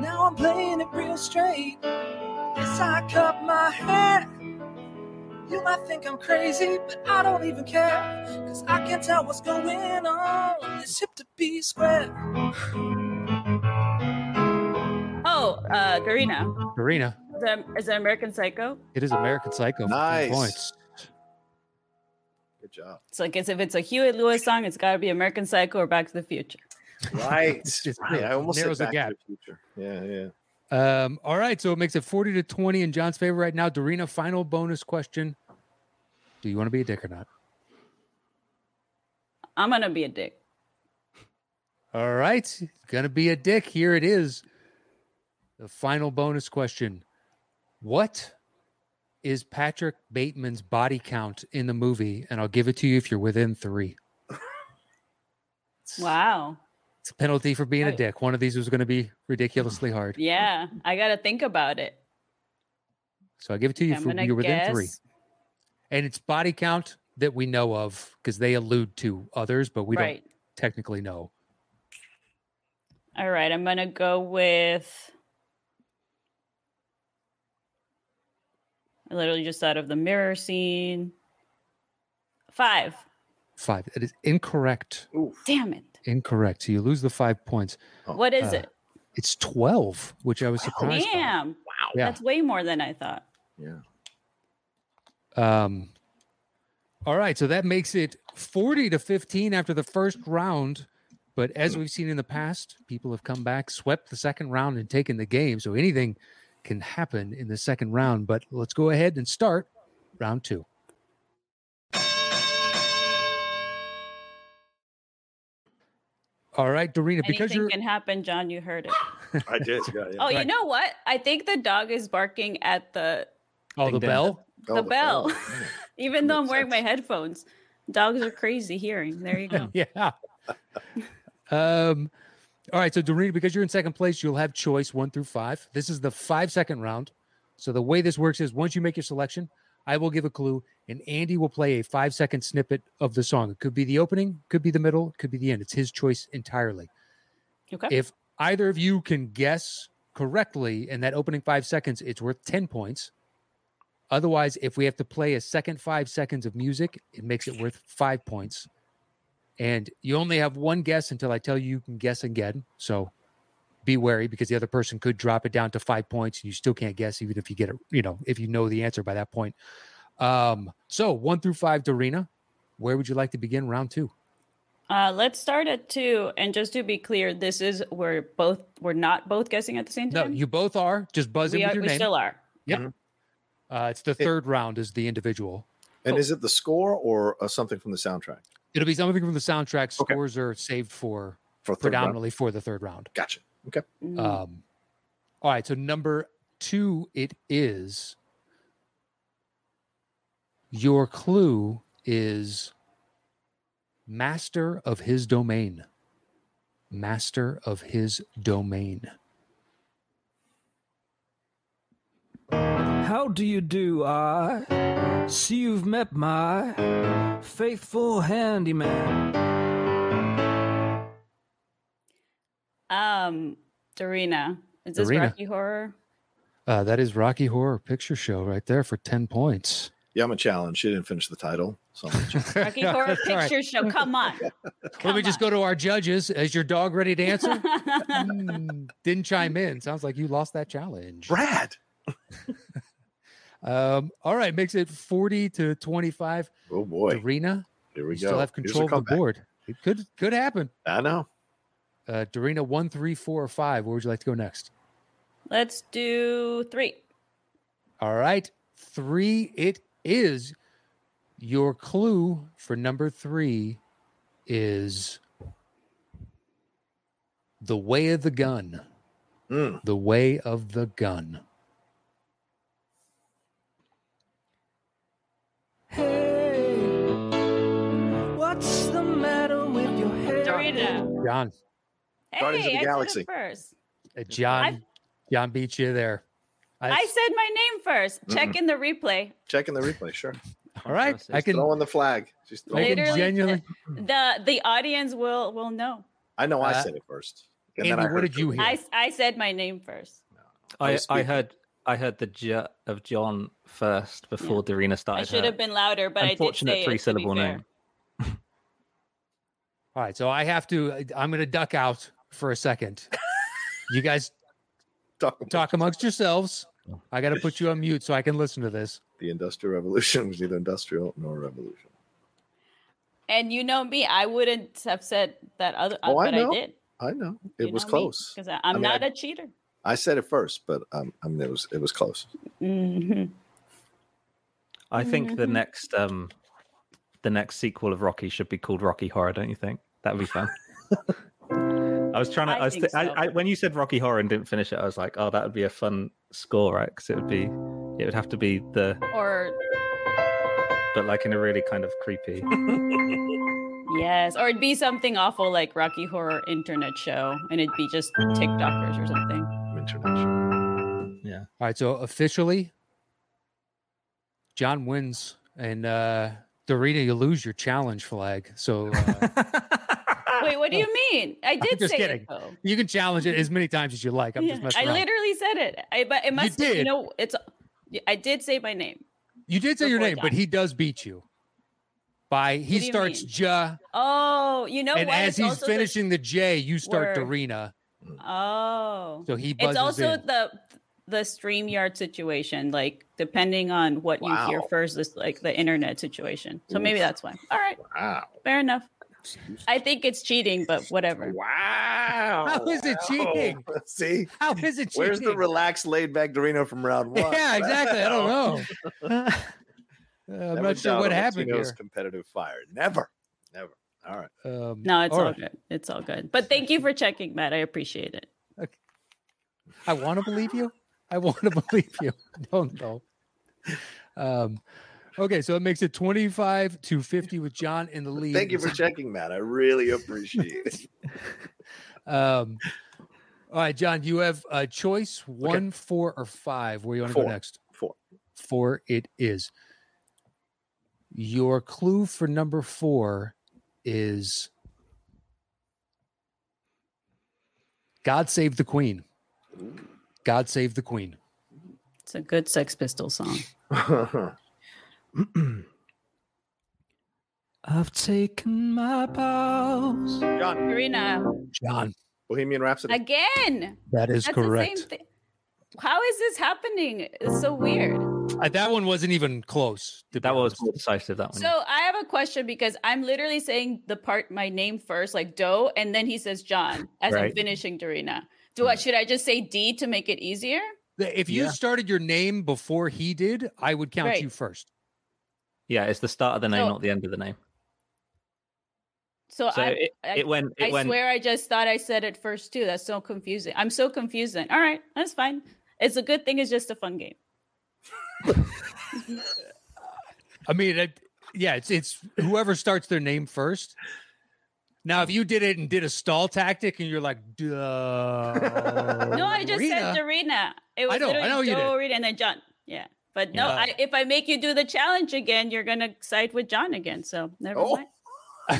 Speaker 1: Now I'm playing it real straight. Yes, I cut my hair. You might think I'm crazy, but I don't even care. Cause I can't tell what's going on. It's hip to be square.
Speaker 4: Oh, uh, Karina,
Speaker 2: Dorina,
Speaker 4: is that, is that American Psycho?
Speaker 2: it is American Psycho. for 10
Speaker 5: Nice.
Speaker 2: Points.
Speaker 5: Good job.
Speaker 4: It's like as if it's a Huey Lewis song, it's got to be American Psycho or Back to the Future.
Speaker 5: Right.
Speaker 2: It's just-
Speaker 5: right. I almost said
Speaker 2: narrows the
Speaker 5: Back to Future. Yeah, yeah.
Speaker 2: Um, all right, so it makes it 40 to 20 in John's favor right now. Dorina, final bonus question. Do you want to be a dick or not?
Speaker 4: I'm gonna be a dick.
Speaker 2: All right, gonna be a dick. Here it is. The final bonus question. What is Patrick Bateman's body count in the movie? And I'll give it to you if you're within three.
Speaker 4: Wow.
Speaker 2: It's a penalty for being a
Speaker 4: Right.
Speaker 2: dick. One of these was gonna be ridiculously hard.
Speaker 4: Yeah, I gotta think about it.
Speaker 2: So I give it to you
Speaker 4: I'm
Speaker 2: for
Speaker 4: gonna
Speaker 2: you're within
Speaker 4: guess.
Speaker 2: three. And it's body count that we know of because they allude to others, but we don't
Speaker 4: right.
Speaker 2: technically know.
Speaker 4: All right. I'm gonna go with. I literally just thought of the mirror scene. Five.
Speaker 2: Five. It is incorrect.
Speaker 5: Oof.
Speaker 4: Damn it.
Speaker 2: Incorrect. So you lose the five points.
Speaker 5: Oh,
Speaker 4: What is
Speaker 2: uh,
Speaker 4: it?
Speaker 2: It's twelve, which I was surprised. by.
Speaker 4: Damn. Wow.
Speaker 2: Yeah.
Speaker 4: That's way more than I thought.
Speaker 5: Yeah.
Speaker 2: Um, all right, so that makes it 40 to 15 after the first round. But as we've seen in the past, people have come back, swept the second round, and taken the game. So anything can happen in the second round. But let's go ahead and start round two. All right, Dorina, because
Speaker 4: Anything
Speaker 2: you're
Speaker 4: can happen, John. You heard it.
Speaker 5: I did. Yeah, yeah.
Speaker 4: Oh, you
Speaker 2: Right.
Speaker 4: know what? I think the dog is barking at the
Speaker 2: oh the
Speaker 3: Ding dong.
Speaker 2: bell.
Speaker 5: Oh,
Speaker 4: the bell.
Speaker 5: Yeah.
Speaker 4: Even though I'm
Speaker 5: Makes
Speaker 4: wearing my
Speaker 5: sense.
Speaker 4: headphones, dogs are crazy hearing. There you go.
Speaker 2: yeah. um, all right. So, Doreen, because you're in second place, you'll have choice one through five. This is the five second round. So, the way this works is once you make your selection, I will give a clue and Andy will play a five second snippet of the song. It could be the opening, could be the middle, could be the end. It's his choice entirely.
Speaker 4: Okay.
Speaker 2: If either of you can guess correctly in that opening five seconds, it's worth 10 points. Otherwise, if we have to play a second five seconds of music, it makes it worth five points. And you only have one guess until I tell you you can guess again. So be wary because the other person could drop it down to five points and you still can't guess, even if you get it, you know, if you know the answer by that point. Um, so one through five, Dorina, where would you like to begin round two?
Speaker 4: Uh, let's start at two. And just to be clear, this is we're both we're not both guessing at the same
Speaker 2: No,
Speaker 4: time.
Speaker 2: you both are. Just buzz
Speaker 4: we
Speaker 2: in with
Speaker 4: are,
Speaker 2: your
Speaker 4: we
Speaker 2: name.
Speaker 4: still are.
Speaker 2: uh, it's the third round is the individual.
Speaker 5: And is it the score or uh, something from the soundtrack?
Speaker 2: It'll be something from the soundtrack.
Speaker 5: Okay.
Speaker 2: Scores are saved for
Speaker 5: For third round?
Speaker 2: predominantly for the third round.
Speaker 5: Gotcha.
Speaker 4: Mm.
Speaker 2: Um, all right, so number two, it is. Your clue is master of his domain. Master of his domain.
Speaker 6: How do you do? I see you've met my faithful handyman.
Speaker 4: Um, Dorina, is this
Speaker 2: Dorina.
Speaker 4: Rocky Horror?
Speaker 2: Uh, that is Rocky Horror Picture Show right there for 10 points.
Speaker 5: Yeah, I'm a challenge. She didn't finish the title. So I'm a challenge.
Speaker 4: Rocky Horror
Speaker 2: That's all right.
Speaker 4: Picture Show. Come on.
Speaker 2: Let
Speaker 4: Come
Speaker 2: me just go to our judges. Is your dog ready to answer?
Speaker 4: on.
Speaker 2: Mm, didn't chime in. Sounds like you lost that challenge.
Speaker 5: Brad.
Speaker 2: Um, all right, makes it 40 to 25.
Speaker 5: Oh boy.
Speaker 2: Dorina,
Speaker 5: Here we
Speaker 2: you
Speaker 5: go.
Speaker 2: still have
Speaker 5: Here's a
Speaker 2: control of the
Speaker 5: comeback.
Speaker 2: board. It could could happen.
Speaker 5: I know.
Speaker 2: Uh, Dorina, one, three, four, or five. Where would you like to go next?
Speaker 4: Let's do three.
Speaker 2: All right, three. It is your clue for number three is the way of the gun.
Speaker 5: Mm.
Speaker 2: The way of the gun.
Speaker 6: Hey, what's the matter with your hair?
Speaker 4: Dorina.
Speaker 2: John,
Speaker 4: Hey,
Speaker 5: Guardians of
Speaker 4: I
Speaker 5: the
Speaker 4: said it
Speaker 5: Galaxy.
Speaker 4: first.
Speaker 2: uh, John,
Speaker 4: I've-
Speaker 2: John beat you there.
Speaker 4: I said my name first. Check in the replay.
Speaker 5: Checking the replay. Sure.
Speaker 2: all right, I
Speaker 3: She's
Speaker 2: can,
Speaker 5: throwing the flag. She's
Speaker 2: I
Speaker 5: throwing.
Speaker 2: can
Speaker 4: Literally,
Speaker 2: genuinely.
Speaker 4: The the audience will will know.
Speaker 5: I know I
Speaker 2: Uh,
Speaker 5: said it first. And then I
Speaker 2: Andy, what
Speaker 5: heard
Speaker 2: did you hear?
Speaker 4: I, I said my name first.
Speaker 3: I,
Speaker 5: was
Speaker 3: I
Speaker 5: speaking.
Speaker 3: heard I heard the J of John first before Dorina started.
Speaker 4: I should have
Speaker 3: her
Speaker 4: been louder, but I did
Speaker 3: unfortunate
Speaker 4: say
Speaker 3: three
Speaker 4: it, to be
Speaker 3: syllable
Speaker 4: fair.
Speaker 3: name.
Speaker 2: All right, so I have to. I- I'm going to duck out for a second. you guys
Speaker 5: Talk
Speaker 2: talk amongst yourselves. I got to put you on mute so I can listen to this.
Speaker 5: the industrial revolution was neither industrial nor revolution.
Speaker 4: And you know me, I wouldn't have said that other,
Speaker 5: Oh, I
Speaker 4: but
Speaker 5: know.
Speaker 4: I did.
Speaker 5: I know it was close.
Speaker 4: because I'm
Speaker 5: mean,
Speaker 4: not
Speaker 5: I-
Speaker 4: a cheater.
Speaker 5: I said it first, but um, I mean it was it was close.
Speaker 4: hmm
Speaker 2: Mm-hmm.
Speaker 3: I think the
Speaker 4: Mhm.
Speaker 3: next um the next sequel of Rocky should be called Rocky Horror, don't you think? That'd be fun. I was trying to.
Speaker 4: I
Speaker 3: I was
Speaker 4: think
Speaker 3: thi- I-
Speaker 4: so.
Speaker 3: I- when you said Rocky Horror and didn't finish it, I was like, "Oh, that would be a fun score, right? Because it would be, it would have to be the,
Speaker 4: Or
Speaker 3: but like in a really kind of creepy.
Speaker 4: yes, or it'd be something awful like Rocky Horror Internet Show, and it'd be just TikTokers or something.
Speaker 5: International.
Speaker 2: All right, so officially, John wins, and uh, Dorita, you lose your challenge flag. So uh,
Speaker 4: Wait, what do you mean? I did
Speaker 2: just
Speaker 4: say
Speaker 2: kidding.
Speaker 4: it though.
Speaker 2: you can challenge it as many times as you like. I'm
Speaker 4: Yeah,
Speaker 2: just messing
Speaker 4: I
Speaker 2: around.
Speaker 4: literally said it. I but it must you
Speaker 2: did.
Speaker 4: know it's I did say my name.
Speaker 2: you did say your
Speaker 4: before
Speaker 2: name, but
Speaker 4: John.
Speaker 2: he does beat you by he
Speaker 4: What do you
Speaker 2: starts
Speaker 4: mean?
Speaker 2: ja,
Speaker 4: Oh, you know
Speaker 2: and
Speaker 4: what?
Speaker 2: as
Speaker 4: It's
Speaker 2: he's
Speaker 4: also the-
Speaker 2: finishing the J, you start
Speaker 4: Word.
Speaker 2: Dorina.
Speaker 4: oh,
Speaker 2: So he buzzes
Speaker 4: it's also
Speaker 2: in.
Speaker 4: the the stream yard situation. Like depending on what you hear
Speaker 5: Wow.
Speaker 4: first, this like the internet situation. So maybe
Speaker 5: Oof.
Speaker 4: that's why. All right,
Speaker 5: Wow.
Speaker 4: fair enough. I think it's cheating, but whatever.
Speaker 5: Wow.
Speaker 2: How is it cheating?
Speaker 5: See,
Speaker 2: How is it?
Speaker 5: where's the
Speaker 2: cheating?
Speaker 5: relaxed, laid back Dorino from round one?
Speaker 2: Yeah, exactly. I don't know. Uh, I'm
Speaker 5: Never
Speaker 2: not sure
Speaker 5: doubt
Speaker 2: what
Speaker 5: a
Speaker 2: happened
Speaker 5: Latino's
Speaker 2: here.
Speaker 5: Competitive fire. Never. Never. All right.
Speaker 2: Um,
Speaker 4: No, it's all,
Speaker 2: right.
Speaker 4: good. It's all good. But thank you for checking, Matt. I appreciate it.
Speaker 2: I want to believe you. I want to believe you. I Don't know. Um, okay, so it makes it 25 to 50 with John in the lead.
Speaker 5: Thank you for checking, Matt. I really appreciate it.
Speaker 2: Um, all right, John, you have a choice one, four, or five. Where you want to go
Speaker 5: Four.
Speaker 2: next?
Speaker 5: Four.
Speaker 2: Four it is. Your clue for number four is God Save the Queen. God Save the Queen.
Speaker 4: It's a good Sex Pistol song.
Speaker 6: I've taken my bows.
Speaker 5: John,
Speaker 4: Karina,
Speaker 2: John,
Speaker 5: Bohemian Rhapsody.
Speaker 4: again.
Speaker 2: that is correct.
Speaker 4: thing. How is this happening? It's so weird.
Speaker 2: Uh, that one wasn't even close. to be
Speaker 3: That was
Speaker 2: honest.
Speaker 3: more decisive. That one.
Speaker 4: So I have a question because I'm literally saying the part my name first, like Doe, and then he says John as I'm
Speaker 3: Right. Mm.
Speaker 4: finishing Dorina. Do I should I just say D to make it easier?
Speaker 2: The- If you
Speaker 3: Yeah.
Speaker 2: started your name before he did, I would count
Speaker 4: Right.
Speaker 2: you first.
Speaker 3: yeah, it's the start of the name,
Speaker 4: So-
Speaker 3: not the end of the name.
Speaker 4: So,
Speaker 3: So
Speaker 4: I,
Speaker 3: it,
Speaker 4: I,
Speaker 3: it went. It
Speaker 4: I
Speaker 3: went.
Speaker 4: swear I just thought I said it first too. That's so confusing. I'm so confused then. All right, that's fine. It's a good thing. It's just a fun game.
Speaker 2: I mean, it, yeah, it's it's whoever starts their name first. Now, if you did it and did a stall tactic, and you're like, duh.
Speaker 4: No, I just
Speaker 2: Rita,
Speaker 4: said Dorina. It was
Speaker 2: know, I
Speaker 4: literally
Speaker 2: know you did.
Speaker 4: Dorina and then John. Yeah. But no,
Speaker 2: Yeah.
Speaker 4: I, if I make you do the challenge again, you're gonna side with John again. So never
Speaker 5: Oh.
Speaker 4: mind.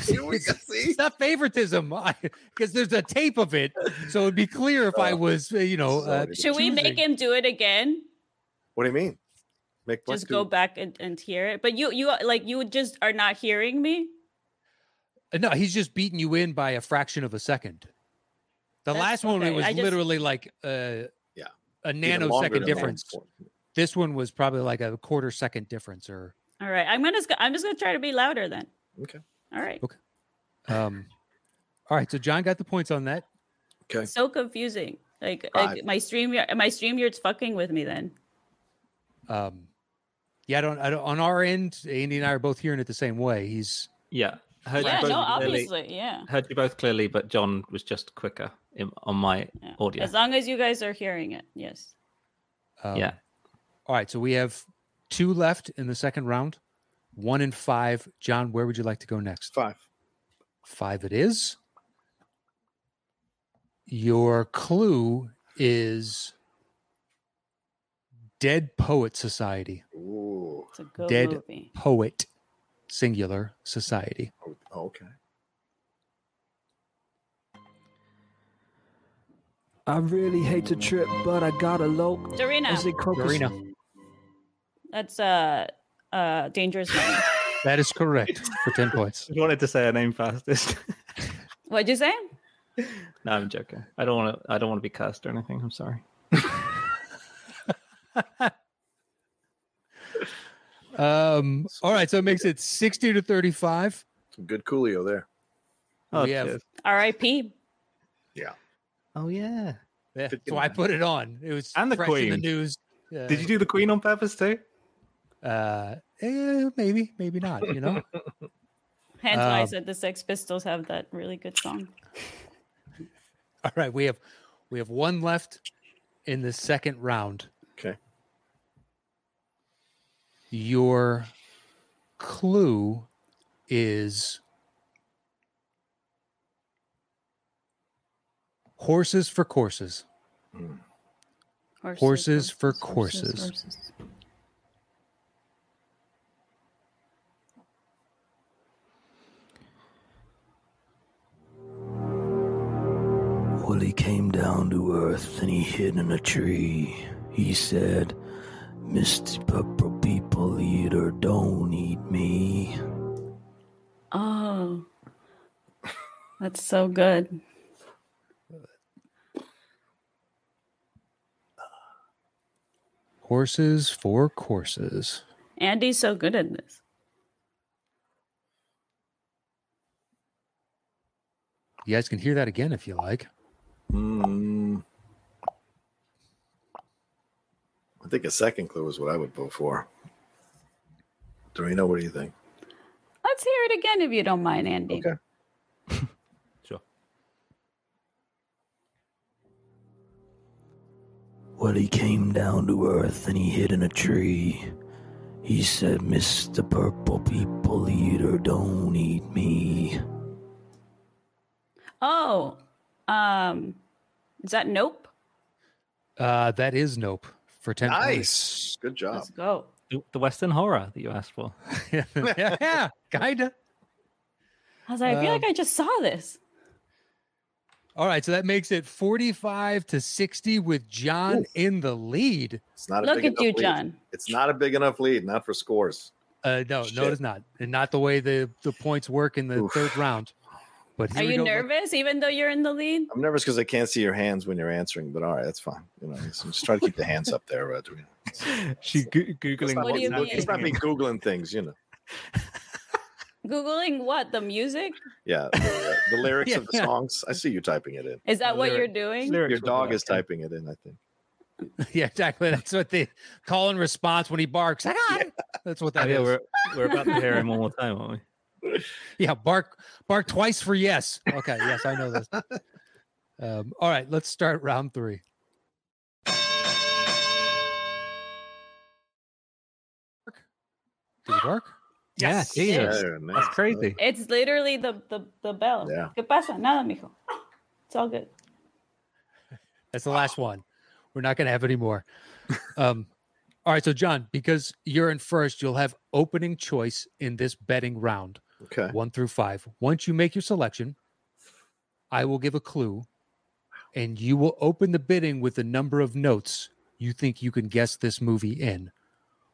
Speaker 5: Here we go,
Speaker 2: it's,
Speaker 5: see?
Speaker 2: it's not favoritism because there's a tape of it, so it'd be clear if I
Speaker 5: Oh,
Speaker 2: was, uh, you know,
Speaker 5: so
Speaker 2: uh,
Speaker 5: ridiculous.
Speaker 4: Should we make
Speaker 2: choosing.
Speaker 4: him do it again?
Speaker 5: What do you mean? Make what
Speaker 4: just
Speaker 5: do-
Speaker 4: go back and, and hear it. But you you like you just are not hearing me.
Speaker 2: No, he's just beating you in by a fraction of a second. The
Speaker 4: That's-
Speaker 2: last one, it
Speaker 4: okay,
Speaker 2: was
Speaker 4: I just-
Speaker 2: literally like uh,
Speaker 5: Yeah.
Speaker 2: a
Speaker 5: Even longer than
Speaker 2: nanosecond
Speaker 5: that.
Speaker 2: difference. This one was probably like a quarter second difference, or
Speaker 4: All right. I'm gonna sc- I'm just gonna try to be louder then.
Speaker 5: Okay.
Speaker 4: All right.
Speaker 2: um, all right. So John got the points on that.
Speaker 5: Okay.
Speaker 4: So confusing. Like,
Speaker 5: Five.
Speaker 4: like my stream my stream yard's fucking with me then.
Speaker 2: Um, yeah, I don't, I don't. On our end, Andy and I are both hearing it the same way. He's
Speaker 3: Yeah. Heard you
Speaker 4: Yeah,
Speaker 3: both
Speaker 4: no,
Speaker 3: clearly-
Speaker 4: obviously. Yeah.
Speaker 3: Heard you both clearly, but John was just quicker in, on my
Speaker 4: yeah.
Speaker 3: audio.
Speaker 4: As long as you guys are hearing it. Yes.
Speaker 2: um,
Speaker 3: Yeah.
Speaker 2: All right. So we have two left in the second round, one and five. John, where would you like to go next?
Speaker 5: Five.
Speaker 2: Five it is. Your clue is Dead Poet Society.
Speaker 5: Ooh.
Speaker 4: It's a good
Speaker 2: Dead.
Speaker 4: movie.
Speaker 2: Poet, singular, society.
Speaker 5: Oh, Okay.
Speaker 6: I really hate to trip, but I got a low. Is
Speaker 4: Dorina,
Speaker 6: it crocus?
Speaker 2: Dorina,
Speaker 4: that's uh uh dangerous Mind.
Speaker 2: that is correct for 10 points.
Speaker 3: I wanted to say her name fastest.
Speaker 4: What'd you say?
Speaker 3: no, I'm joking. I don't want to. I don't want to be cursed or anything. I'm sorry.
Speaker 2: Um, all right. So it makes it 60 to 35.
Speaker 5: Some good coolio there.
Speaker 3: Oh,
Speaker 2: We have-
Speaker 3: cheers.
Speaker 4: R.I.P.
Speaker 3: oh yeah.
Speaker 2: Yeah, so I put it on. It was
Speaker 3: And the
Speaker 2: fresh in the
Speaker 3: Queen.
Speaker 2: news. Uh,
Speaker 3: Did you do the Queen on purpose too?
Speaker 2: Uh, eh, maybe, maybe not, you know?
Speaker 4: Hence why I
Speaker 2: Um,
Speaker 4: said the Sex Pistols have that really good song.
Speaker 2: All right, we have we have one left in the second round.
Speaker 5: Okay.
Speaker 2: Your clue is horses for courses. Horses for courses.
Speaker 6: Well, he came down to earth and he hid in a tree. He said, Mr. Purple People Eater, don't eat me.
Speaker 4: Oh, that's so good.
Speaker 2: Horses for courses.
Speaker 4: Andy's so good at this.
Speaker 2: You guys can hear that again if you like.
Speaker 5: Mm. I think a second clue is what I would vote for. Dorino, what do you think?
Speaker 4: Let's hear it again if you don't mind, Andy.
Speaker 5: Okay.
Speaker 3: Sure.
Speaker 6: Well, he came down to earth and he hid in a tree. He said, Mr. Purple People Eater, don't eat me.
Speaker 4: Oh, um, is that nope?
Speaker 2: Uh, that is nope for 10 points.
Speaker 5: Nice. Good job.
Speaker 4: Let's go.
Speaker 3: The, the Western horror that you asked for.
Speaker 2: yeah, yeah, kinda.
Speaker 4: I was like, I feel
Speaker 2: Um,
Speaker 4: like I just saw this.
Speaker 2: All right, so that makes it 45 to 60 with John in the lead.
Speaker 5: It's not a
Speaker 4: Look
Speaker 5: big
Speaker 4: at
Speaker 5: enough
Speaker 4: you,
Speaker 5: lead.
Speaker 4: John.
Speaker 5: It's not a big enough lead, not for scores.
Speaker 2: Uh, no, no,
Speaker 5: Shit.
Speaker 2: it's not, and not the way the the points work in the
Speaker 5: Oof.
Speaker 2: third round. But here
Speaker 4: Are
Speaker 2: we
Speaker 4: you
Speaker 2: go.
Speaker 4: nervous, even though you're in the lead?
Speaker 5: I'm nervous because I can't see your hands when you're answering, but all right, that's fine. You know, so I'm just trying to keep the hands up there. But you know,
Speaker 3: She goo- googling
Speaker 4: What do you
Speaker 5: let's not,
Speaker 4: mean?
Speaker 5: let's not be googling things. You know,
Speaker 4: Googling what? The music?
Speaker 5: yeah, the, uh, the lyrics of the
Speaker 2: Yeah.
Speaker 5: songs. I see you typing it in.
Speaker 4: Is that
Speaker 3: The
Speaker 4: what you're
Speaker 3: lyric-
Speaker 4: doing?
Speaker 3: lyrics
Speaker 5: Your
Speaker 3: were
Speaker 5: dog
Speaker 3: bad.
Speaker 5: is typing it in. I think.
Speaker 2: Yeah, exactly. That's what the call and response when he barks. "Ah!" That's what
Speaker 3: Oh,
Speaker 2: that
Speaker 3: yeah,
Speaker 2: is.
Speaker 3: we're, we're about to hear him one more time, aren't we?
Speaker 2: Yeah, bark, bark twice for yes. Okay, yes, I know this. Um, all right, let's start round three. Did it work?
Speaker 3: Yes.
Speaker 2: Yeah, Jesus.
Speaker 5: Very nice.
Speaker 3: That's crazy.
Speaker 4: It's literally the the, the bell.
Speaker 5: Yeah.
Speaker 4: ¿Qué pasa? Nada, mijo. It's all good.
Speaker 2: That's the last one. We're not going to have any more. Um, all right. So, John, because you're in first, you'll have opening choice in this betting round,
Speaker 5: Uh, Okay.
Speaker 2: one through five. Once you make your selection, I will give a clue and you will open the bidding with the number of notes you think you can guess this movie in.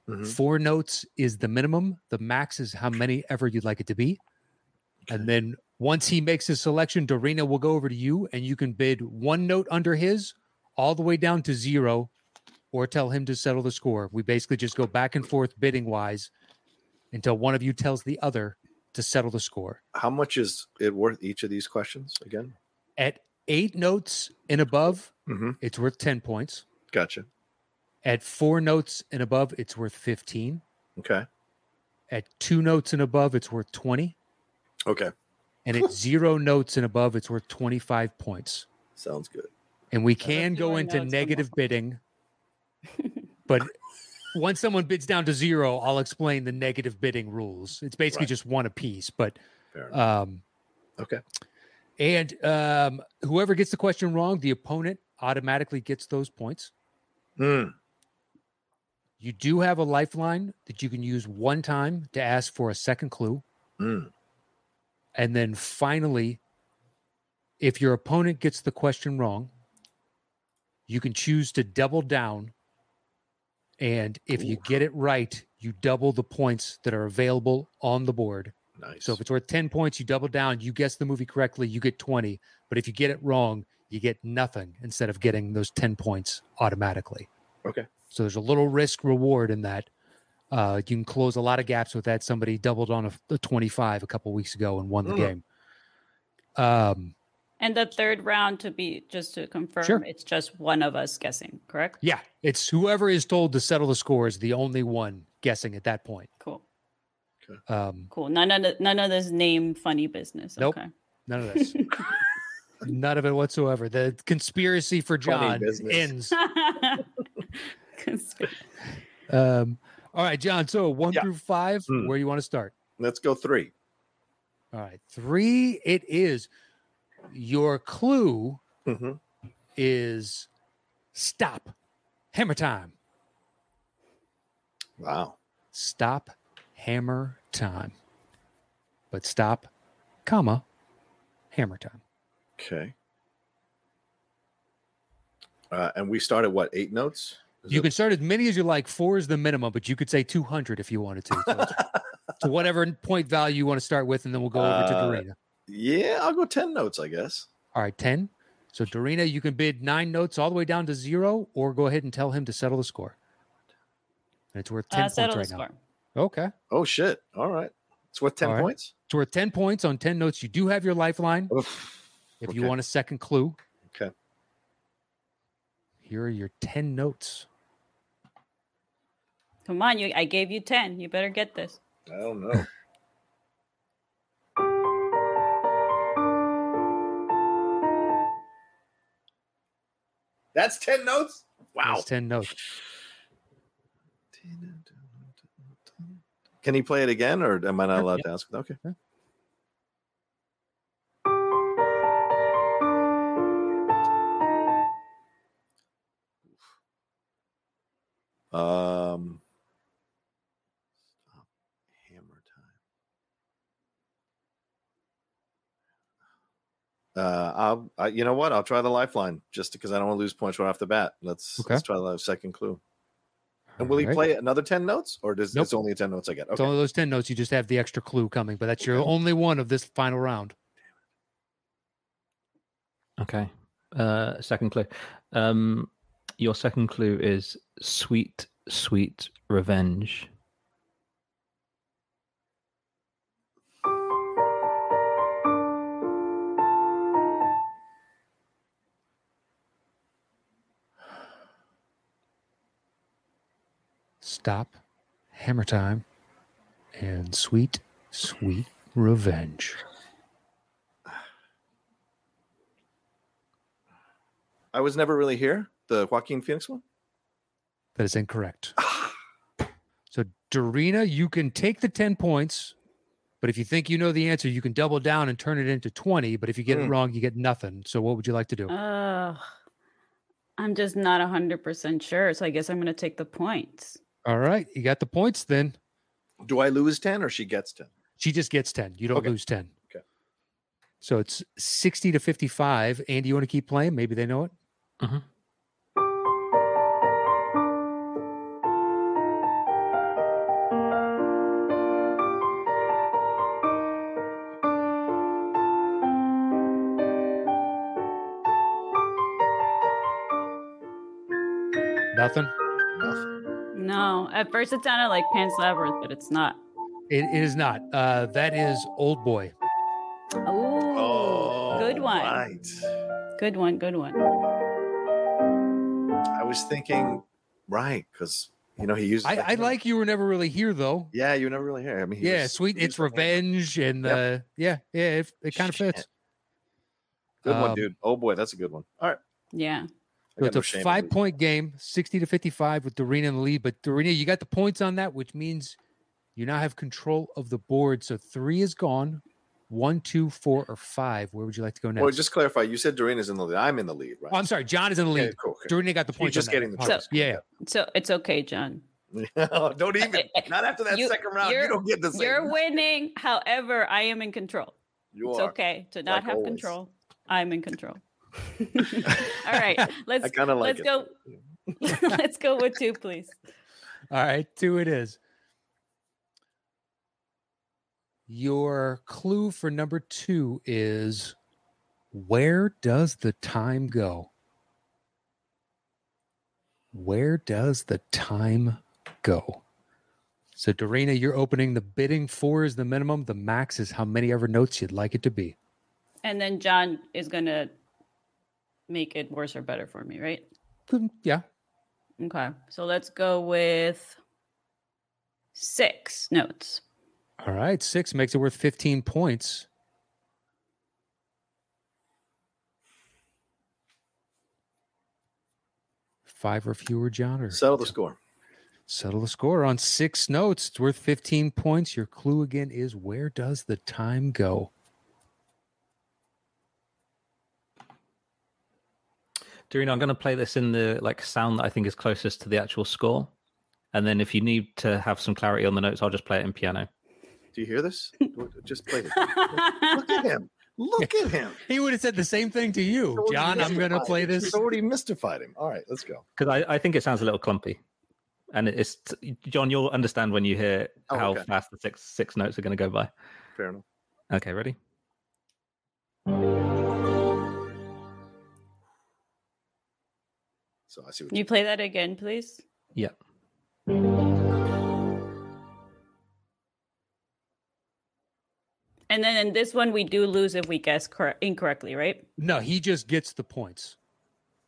Speaker 5: Mhm.
Speaker 2: Four notes is the minimum, the max is how many ever you'd like it to be. And then once he makes his selection, Dorina will go over to you and you can bid one note under his all the way down to zero or tell him to settle the score. We basically just go back and forth bidding wise until one of you tells the other to settle the score.
Speaker 5: How much is it worth each of these questions again?
Speaker 2: At eight notes and above,
Speaker 5: Mm-hmm.
Speaker 2: it's worth 10 points.
Speaker 5: Gotcha.
Speaker 2: At four notes and above, it's worth 15.
Speaker 5: Okay.
Speaker 2: At two notes and above, it's worth 20.
Speaker 5: Okay.
Speaker 2: And at zero notes and above, it's worth 25 points.
Speaker 5: Sounds good.
Speaker 2: And we can
Speaker 4: zero
Speaker 2: go into
Speaker 4: notes and
Speaker 2: negative bidding. but once someone bids down to zero, I'll explain the negative bidding rules. It's basically
Speaker 5: Right.
Speaker 2: just one apiece. But
Speaker 5: Fair enough.
Speaker 2: um,
Speaker 5: Okay.
Speaker 2: and um, whoever gets the question wrong, the opponent automatically gets those points.
Speaker 5: Mm.
Speaker 2: You do have a lifeline that you can use one time to ask for a second clue.
Speaker 5: Mm.
Speaker 2: And then finally, if your opponent gets the question wrong, you can choose to double down. And if you get it right, you double the points that are available on the board.
Speaker 5: Nice.
Speaker 2: So if it's worth 10 points, you double down, you guess the movie correctly, you get 20. But if you get it wrong, you get nothing instead of getting those 10 points automatically.
Speaker 5: Okay.
Speaker 2: So there's a little risk reward in that. Uh, you can close a lot of gaps with that. Somebody doubled on a, a 25 a couple weeks ago and won the
Speaker 5: Mm.
Speaker 2: game. Um,
Speaker 4: And the third round to be just to confirm,
Speaker 2: Sure.
Speaker 4: it's just one of us guessing, correct?
Speaker 2: yeah, it's whoever is told to settle the score is the only one guessing at that point.
Speaker 4: Cool.
Speaker 2: Um,
Speaker 4: Cool. None of the, none of this name funny business.
Speaker 2: Nope.
Speaker 4: Okay.
Speaker 2: none of this, none of it whatsoever. The conspiracy for
Speaker 5: Funny
Speaker 2: John
Speaker 5: business.
Speaker 2: ends.
Speaker 4: Conspiracy.
Speaker 2: Um, all right, John. So one
Speaker 5: Yeah.
Speaker 2: through five,
Speaker 5: Mm.
Speaker 2: where do you want to start?
Speaker 5: Let's go three.
Speaker 2: All right, three. It is your clue
Speaker 5: Mm-hmm.
Speaker 2: is stop. Hammer time.
Speaker 5: Wow.
Speaker 2: Stop. Hammer time. But stop, comma, hammer time.
Speaker 5: Okay. Uh, and we start at what eight notes? Is
Speaker 2: You
Speaker 5: it-
Speaker 2: can start as many as you like. Four is the minimum, but you could say 200 if you wanted to. So, it's- to whatever point value you want to start with, and then we'll go over to
Speaker 5: Uh,
Speaker 2: Dorina.
Speaker 5: Yeah, I'll go ten notes, I guess.
Speaker 2: All right, 10. So, Dorina, you can bid nine notes all the way down to zero, or go ahead and tell him to settle the score. And it's worth 10
Speaker 4: Uh,
Speaker 2: points
Speaker 4: settle
Speaker 2: right
Speaker 4: the
Speaker 2: now.
Speaker 4: score.
Speaker 2: Okay.
Speaker 5: Oh shit! All right, it's worth ten
Speaker 2: All right.
Speaker 5: points.
Speaker 2: It's worth 10 points on 10 notes. You do have your lifeline.
Speaker 5: Oof.
Speaker 2: if you
Speaker 5: Okay.
Speaker 2: want a second clue.
Speaker 5: Okay.
Speaker 2: Here are your 10 notes.
Speaker 4: Come on, you. I gave you ten. You better get this.
Speaker 5: I don't know. That's ten notes. Wow.
Speaker 2: That's 10 notes.
Speaker 5: Can he play it again, or am I not allowed to ask? Okay. Um, stop hammer time. Uh, I'll, I, you know what? I'll try the lifeline just because I don't want to lose points right off the bat. Let's
Speaker 2: Okay.
Speaker 5: let's try the second clue. And will he
Speaker 2: Alright.
Speaker 5: play another ten notes, or does
Speaker 2: Nope.
Speaker 5: it's only ten notes I get?
Speaker 2: It's
Speaker 5: Okay.
Speaker 2: only those 10 notes. You just have the extra clue coming, but that's your only one of this final round.
Speaker 3: Okay. Uh, second clue. Um, your second clue is sweet, sweet revenge.
Speaker 2: Stop, hammer time, and sweet, sweet revenge.
Speaker 5: I was never really here. The Joaquin Phoenix one.
Speaker 2: That is incorrect. so, Dorina, you can take the 10 points, but if you think you know the answer, you can double down and turn it into 20. But if you get it
Speaker 5: Mm.
Speaker 2: wrong, you get nothing. So, what would you like to
Speaker 4: Uh.
Speaker 2: do?
Speaker 4: Ugh. I'm just not 100% sure. So I guess I'm going to take the points.
Speaker 2: All right. You got the points then.
Speaker 5: Do I lose ten, or she gets ten?
Speaker 2: She just gets 10. You don't
Speaker 5: Okay.
Speaker 2: lose 10.
Speaker 5: Okay.
Speaker 2: So it's 60 to 55. Andy, you want to keep playing? Maybe they know it.
Speaker 3: Mhm.
Speaker 2: Nothing.
Speaker 4: No, at first it sounded like Pan's Labyrinth, but it's not.
Speaker 2: It, it is not. Uh, that is Old Boy.
Speaker 4: Ooh,
Speaker 5: Oh,
Speaker 4: good one.
Speaker 5: Right.
Speaker 4: Good one. Good one.
Speaker 5: I was thinking, right, because you know he uses.
Speaker 2: I,
Speaker 5: the
Speaker 2: I
Speaker 5: hammer.
Speaker 2: like you were never really here though.
Speaker 5: Yeah, you never really hear. I mean, he
Speaker 2: yeah,
Speaker 5: was-
Speaker 2: sweet.
Speaker 5: he
Speaker 2: It's
Speaker 5: used the hammer.
Speaker 2: revenge and
Speaker 5: Yep.
Speaker 2: uh, yeah, yeah. It, it kind of
Speaker 5: Shit.
Speaker 2: fits.
Speaker 5: Good one,
Speaker 2: Um,
Speaker 5: dude. Oh boy, that's a good one. All right.
Speaker 4: Yeah.
Speaker 2: So
Speaker 5: I got
Speaker 2: it's
Speaker 5: no
Speaker 2: a
Speaker 5: shame in
Speaker 2: five
Speaker 5: losing.
Speaker 2: point game, 60 to 55 with Dorina in the lead. But Dorina, you got the points on that, which means you now have control of the board. So three is gone. One, two, four, or five. Where would you like to go next?
Speaker 5: Well, just clarify. You said Doreen is in the lead. I'm in the lead, right?
Speaker 2: oh, I'm sorry. John is in the
Speaker 5: Okay,
Speaker 2: lead.
Speaker 5: cool, okay.
Speaker 2: Dorina got the
Speaker 5: You're
Speaker 2: points.
Speaker 5: just
Speaker 2: on
Speaker 5: getting the
Speaker 2: that.
Speaker 5: points.
Speaker 2: Yeah.
Speaker 4: So it's okay, John.
Speaker 5: No, Oh, don't even. Not after that
Speaker 4: You-
Speaker 5: second round. You
Speaker 4: you're-
Speaker 5: don't get the same.
Speaker 4: You're winning. However, I am in control.
Speaker 5: You
Speaker 4: It's
Speaker 5: are.
Speaker 4: okay to not
Speaker 5: like
Speaker 4: have
Speaker 5: always.
Speaker 4: control. I'm in control. All right. Let's
Speaker 5: I kind of
Speaker 4: let's
Speaker 5: like it.
Speaker 4: go. let's go with two, please.
Speaker 2: All right. Two it is. Your clue for number two is where does the time go? Where does the time go? So, Dorina, you're opening the bidding. Four is the minimum. The max is how many ever notes you'd like it to be.
Speaker 4: And then John is gonna make it worse or better for me, right?
Speaker 2: Mm, Yeah.
Speaker 4: Okay. So let's go with six notes.
Speaker 2: All right. Six makes it worth 15 points. Five or fewer, John, or
Speaker 5: Settle the score.
Speaker 2: settle the score on six notes. It's worth 15 points. Your clue again is where does the time go?
Speaker 3: Doreen, I'm going to play this in the like sound that I think is closest to the actual score, and then if you need to have some clarity on the notes, I'll just play it in piano.
Speaker 5: Do you hear this? Just play it. Look at him. Look at him.
Speaker 2: He would have said the same thing to you,
Speaker 5: Already
Speaker 2: John. I'm going to
Speaker 5: mystified.
Speaker 2: play this.
Speaker 5: He's already mystified him. All right, let's go.
Speaker 3: because I, I think it sounds a little clumpy, and it- it's John. You'll understand when you hear
Speaker 5: Oh,
Speaker 3: how
Speaker 5: okay.
Speaker 3: fast the six six notes are going to go by.
Speaker 5: Fair enough.
Speaker 3: Okay, ready?
Speaker 5: So I see what
Speaker 4: you play that again, please.
Speaker 3: Yeah.
Speaker 4: And then in this one, we do lose if we guess cor- incorrectly, right?
Speaker 2: No, he just gets the points.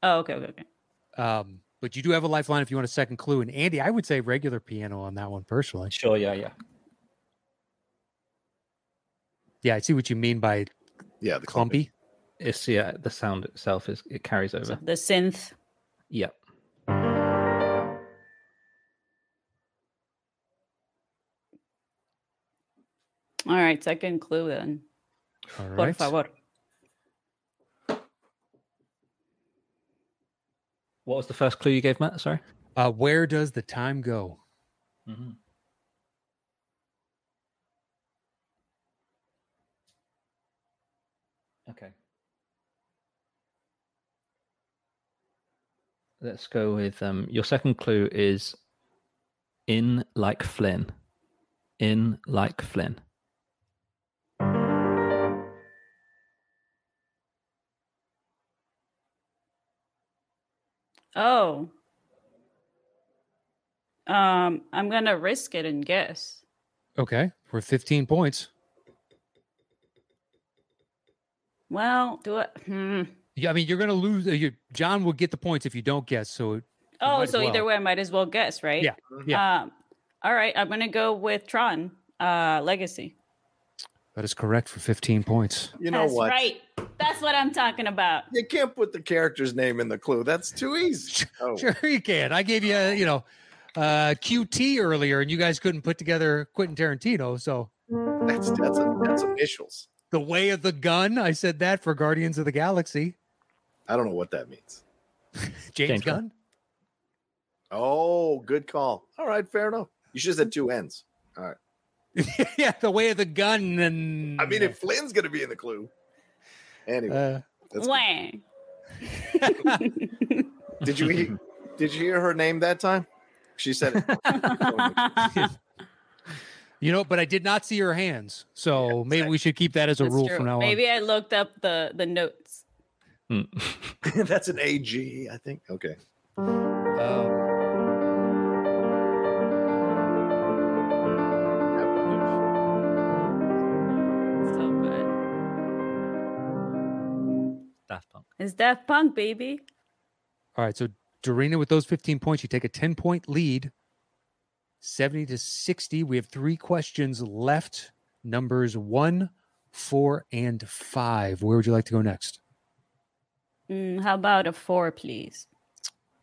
Speaker 4: Oh, okay, okay, okay.
Speaker 2: Um, but you do have a lifeline if you want a second clue. And Andy, I would say regular piano on that one personally.
Speaker 3: Sure. Yeah. Yeah.
Speaker 2: Yeah, I see what you mean by
Speaker 5: Yeah, the
Speaker 2: clumpy.
Speaker 3: It's yeah. The sound itself is it carries over.
Speaker 4: So the synth.
Speaker 3: Yeah.
Speaker 4: All right, second clue then.
Speaker 2: All
Speaker 4: Por
Speaker 2: right.
Speaker 4: favor.
Speaker 3: What was the first clue you gave, Matt? Sorry.
Speaker 2: Uh, where does the time go?
Speaker 3: Mm-hmm. Okay. Let's go with um, your second clue is in like Flynn. In like Flynn.
Speaker 4: Oh. Um, I'm gonna risk it and guess.
Speaker 2: Okay, we're 15 points.
Speaker 4: Well, do it. Hmm.
Speaker 2: Yeah, I mean you're gonna lose. uh, You, John will get the points if you don't guess. So might
Speaker 4: Oh,
Speaker 2: as
Speaker 4: so either
Speaker 2: well.
Speaker 4: way, I might as well guess, right?
Speaker 2: Yeah, yeah.
Speaker 4: Um, all right, I'm gonna go with Tron uh, Legacy.
Speaker 2: that is correct for 15 points.
Speaker 5: You know
Speaker 4: That's
Speaker 5: what?
Speaker 4: right. That's what I'm talking about.
Speaker 5: You can't put the character's name in the clue. That's too easy. Oh,
Speaker 2: Sure you can. I gave you, uh, you know, uh, QT earlier, and you guys couldn't put together Quentin Tarantino. So
Speaker 5: that's that's that's initials.
Speaker 2: the way of the gun. I said that for Guardians of the Galaxy.
Speaker 5: I don't know what that means.
Speaker 2: James,
Speaker 3: James Gunn.
Speaker 2: Gunn.
Speaker 5: Oh, good call. All right, fair enough. You should have said two ends.
Speaker 2: yeah, the way of the gun. And
Speaker 5: I mean, if Flynn's going to be in the clue. Anyway,
Speaker 2: uh,
Speaker 5: that's good.
Speaker 4: Wang.
Speaker 5: did you hear, did you hear her name that time? She said it.
Speaker 2: you know, but I did not see her hands, so maybe we should keep that as a
Speaker 4: That's
Speaker 2: rule
Speaker 4: true.
Speaker 2: from now
Speaker 4: Maybe I looked up the the notes.
Speaker 3: Hmm.
Speaker 5: that's an AG, I think. Okay.
Speaker 2: on. Um,
Speaker 4: So good.
Speaker 3: Daft Punk.
Speaker 4: It's Daft Punk, baby.
Speaker 2: all right, so Dorina, with those fifteen points, you take a ten-point lead, seventy to sixty. We have three questions left. Numbers one, four, and five. Where would you like to go next?
Speaker 4: Mm, how about a four, please?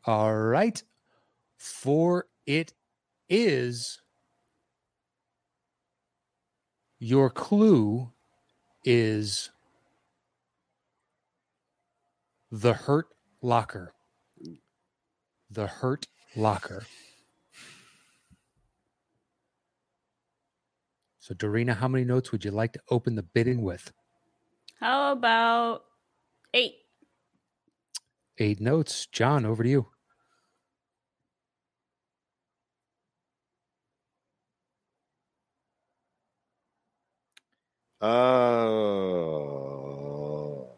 Speaker 2: All right. For it is your clue is the hurt locker. The hurt locker. So, Dorina, how many notes would you like to open the bidding with?
Speaker 4: How about eight?
Speaker 2: Eight notes. John, over to you.
Speaker 5: Oh,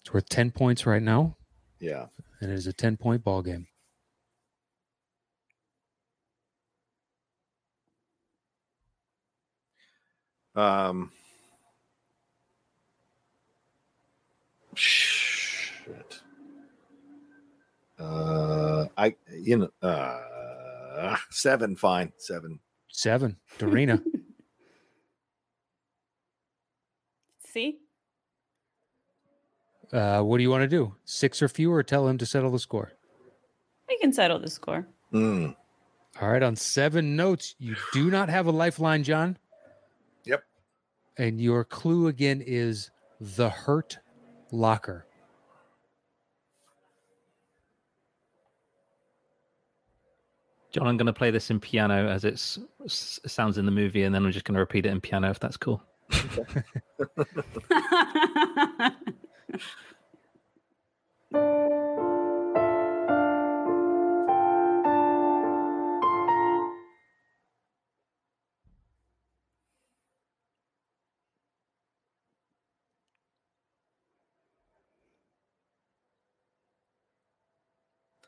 Speaker 2: It's worth 10 points right now,
Speaker 5: yeah.
Speaker 2: and it is a 10 point ball game.
Speaker 5: Um, shit. Uh, I you know uh seven fine seven.
Speaker 2: Seven, Dorina.
Speaker 4: See?
Speaker 2: uh, what do you want to do? Six or fewer? Or tell him to settle the score.
Speaker 4: We can settle the score.
Speaker 5: Mm.
Speaker 2: All right. On seven notes, you do not have a lifeline, John.
Speaker 5: Yep.
Speaker 2: And your clue again is the hurt locker.
Speaker 3: John, I'm going to play this in piano as it's, s- sounds in the movie, and then I'm just going to repeat it in piano if that's cool.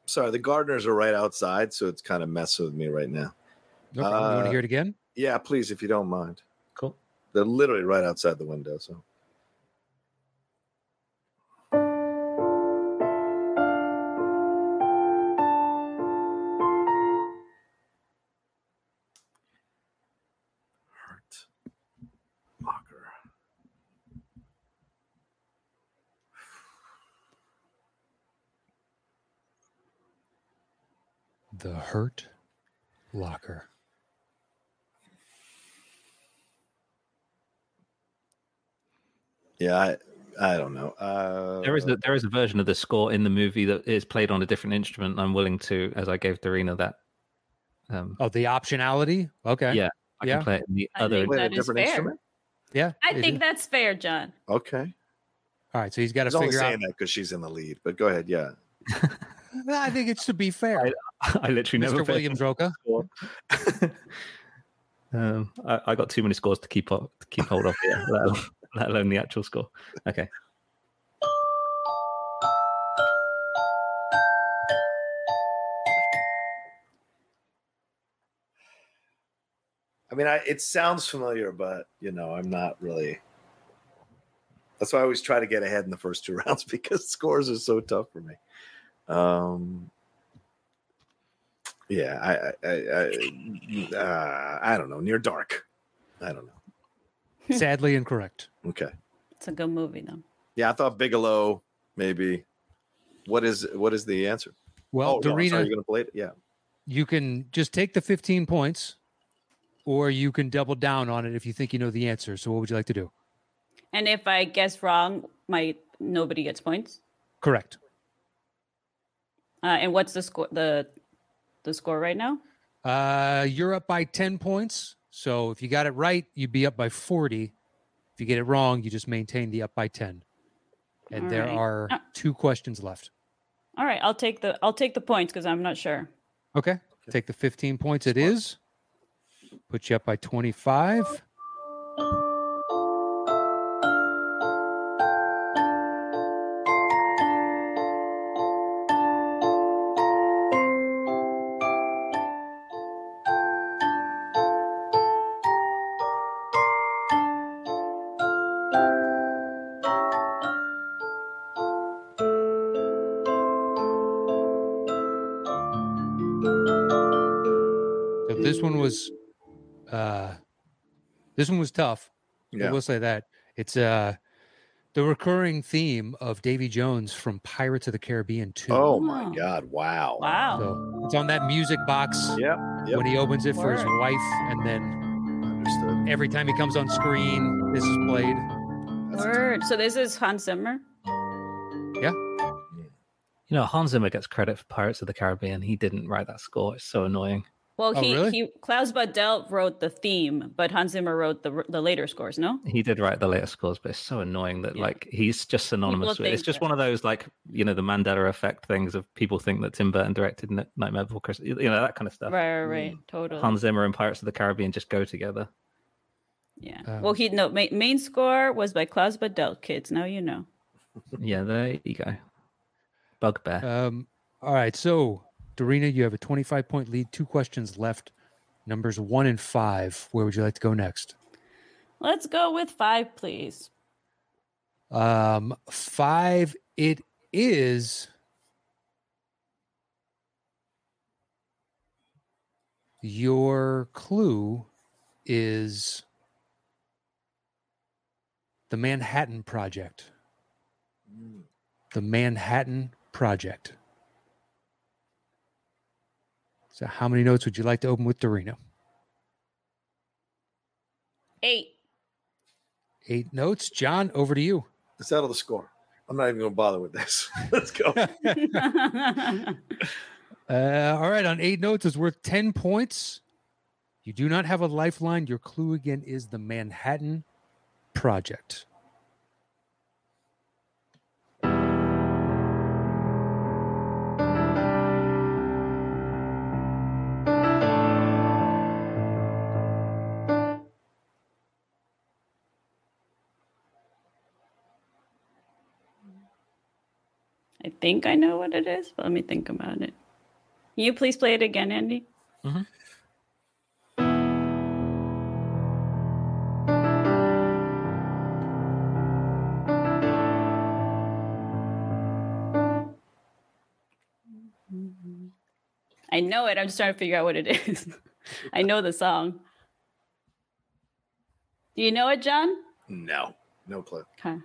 Speaker 5: Sorry, the gardeners are right outside, so it's kind of messing with me right now.
Speaker 2: No problem. you want
Speaker 5: Uh,
Speaker 2: to hear it again?
Speaker 5: Yeah, please, if you don't mind.
Speaker 3: Cool.
Speaker 5: They're literally right outside the window. So hurt locker.
Speaker 2: The hurt locker.
Speaker 5: Yeah, I, I don't know. Uh,
Speaker 3: There is a, there is a version of the score in the movie that is played on a different instrument. I'm willing to, as I gave Dorina that. Um,
Speaker 2: Oh, the optionality. Okay.
Speaker 3: Yeah. I
Speaker 2: yeah.
Speaker 3: can play it in the
Speaker 4: I
Speaker 3: other.
Speaker 4: think
Speaker 5: Wait, a
Speaker 4: That is
Speaker 5: different
Speaker 4: fair.
Speaker 5: instrument.
Speaker 2: Yeah.
Speaker 4: I
Speaker 2: it
Speaker 4: think
Speaker 2: is.
Speaker 4: that's fair, John.
Speaker 5: Okay,
Speaker 2: All right. So he's got
Speaker 5: I
Speaker 2: to
Speaker 5: was only
Speaker 2: figure out.
Speaker 5: saying that because she's in the lead. But go ahead. Yeah,
Speaker 2: I think it's to be fair.
Speaker 3: I literally never.
Speaker 2: Mr.
Speaker 3: pay
Speaker 2: Williams Roca.
Speaker 3: attention to score. um, I, I got too many scores to keep up, to keep hold of here, let, alone, let alone the actual score. Okay.
Speaker 5: I mean, I, it sounds familiar, but you know, I'm not really. That's why I always try to get ahead in the first two rounds because scores are so tough for me. Um, yeah, I, I, I, I, uh, I don't know. Near dark, I don't know.
Speaker 2: Sadly incorrect.
Speaker 5: Okay,
Speaker 4: It's a good movie though.
Speaker 5: yeah, I thought Bigelow maybe. What is what is the answer?
Speaker 2: Well,
Speaker 5: oh, no, I'm
Speaker 2: Dorina,
Speaker 5: sorry, you're gonna play it. Yeah,
Speaker 2: you can just take the 15 points or you can double down on it if you think you know the answer. So what would you like to do?
Speaker 4: And if I guess wrong, my nobody gets points.
Speaker 2: Correct.
Speaker 4: Uh, and what's the score? The the score right now?
Speaker 2: Uh, you're up by 10 points. So if you got it right, you'd be up by 40. If you get it wrong, you just maintain the up by 10. And
Speaker 4: All
Speaker 2: there
Speaker 4: right.
Speaker 2: are
Speaker 4: Uh,
Speaker 2: two questions left.
Speaker 4: All right, I'll take the I'll take the points because I'm not sure.
Speaker 2: Okay. Take the 15 points it is. Put you up by 25. So this one was uh this one was tough. I
Speaker 5: yeah.
Speaker 2: will say that. It's uh the recurring theme of Davy Jones from Pirates of the Caribbean 2.
Speaker 5: Oh my
Speaker 4: Wow.
Speaker 5: God! Wow.
Speaker 4: Wow.
Speaker 2: So it's on that music box
Speaker 5: Yep. Yep.
Speaker 2: when he opens it for his
Speaker 4: Word.
Speaker 2: wife, and then
Speaker 5: Understood.
Speaker 2: every time he comes on screen, this is played.
Speaker 5: That's-
Speaker 4: Word. So this is Hans Zimmer.
Speaker 3: You know, Hans Zimmer gets credit for Pirates of the Caribbean. He didn't write that score. It's so annoying.
Speaker 4: Well,
Speaker 2: Oh,
Speaker 4: he
Speaker 2: really?
Speaker 4: he Klaus Badelt wrote the theme, but Hans Zimmer wrote the the later scores. No.
Speaker 3: He did write the later scores, but it's so annoying that
Speaker 4: Yeah.
Speaker 3: like he's just synonymous with it. It's
Speaker 4: think
Speaker 3: just
Speaker 4: that-
Speaker 3: one of those like you know the Mandela effect things of people think that Tim Burton directed N- Nightmare Before Christmas. You know that kind of stuff.
Speaker 4: Right, right, right. Totally.
Speaker 3: Hans Zimmer and Pirates of the Caribbean just go together.
Speaker 4: yeah.
Speaker 2: Um,
Speaker 4: well, he no ma- main score was by Klaus Badelt. Kids, now you know.
Speaker 3: yeah, there you go.
Speaker 5: Uh,
Speaker 3: Bugbear.
Speaker 2: Um, all right, so Dorina, you have a 25 point lead, two questions left, numbers one and five. Where would you like to go next?
Speaker 4: Let's go with five, please.
Speaker 2: Um, five, it is. Your clue is the Manhattan Project. The Manhattan Project. So, how many notes would you like to open with Dorino?
Speaker 4: Eight.
Speaker 2: Eight notes. John, over to you.
Speaker 5: Settle the score. I'm not even going to bother with this. Let's go.
Speaker 2: Uh, all right, on eight notes is worth 10 points. You do not have a lifeline. Your clue again is the Manhattan Project.
Speaker 4: I think I know what it is, but let me think about it. Can you please play it again, Andy? I know it. I'm just trying to figure out what it is. I know the song. Do you know it, John?
Speaker 5: no, no clue.
Speaker 4: Okay.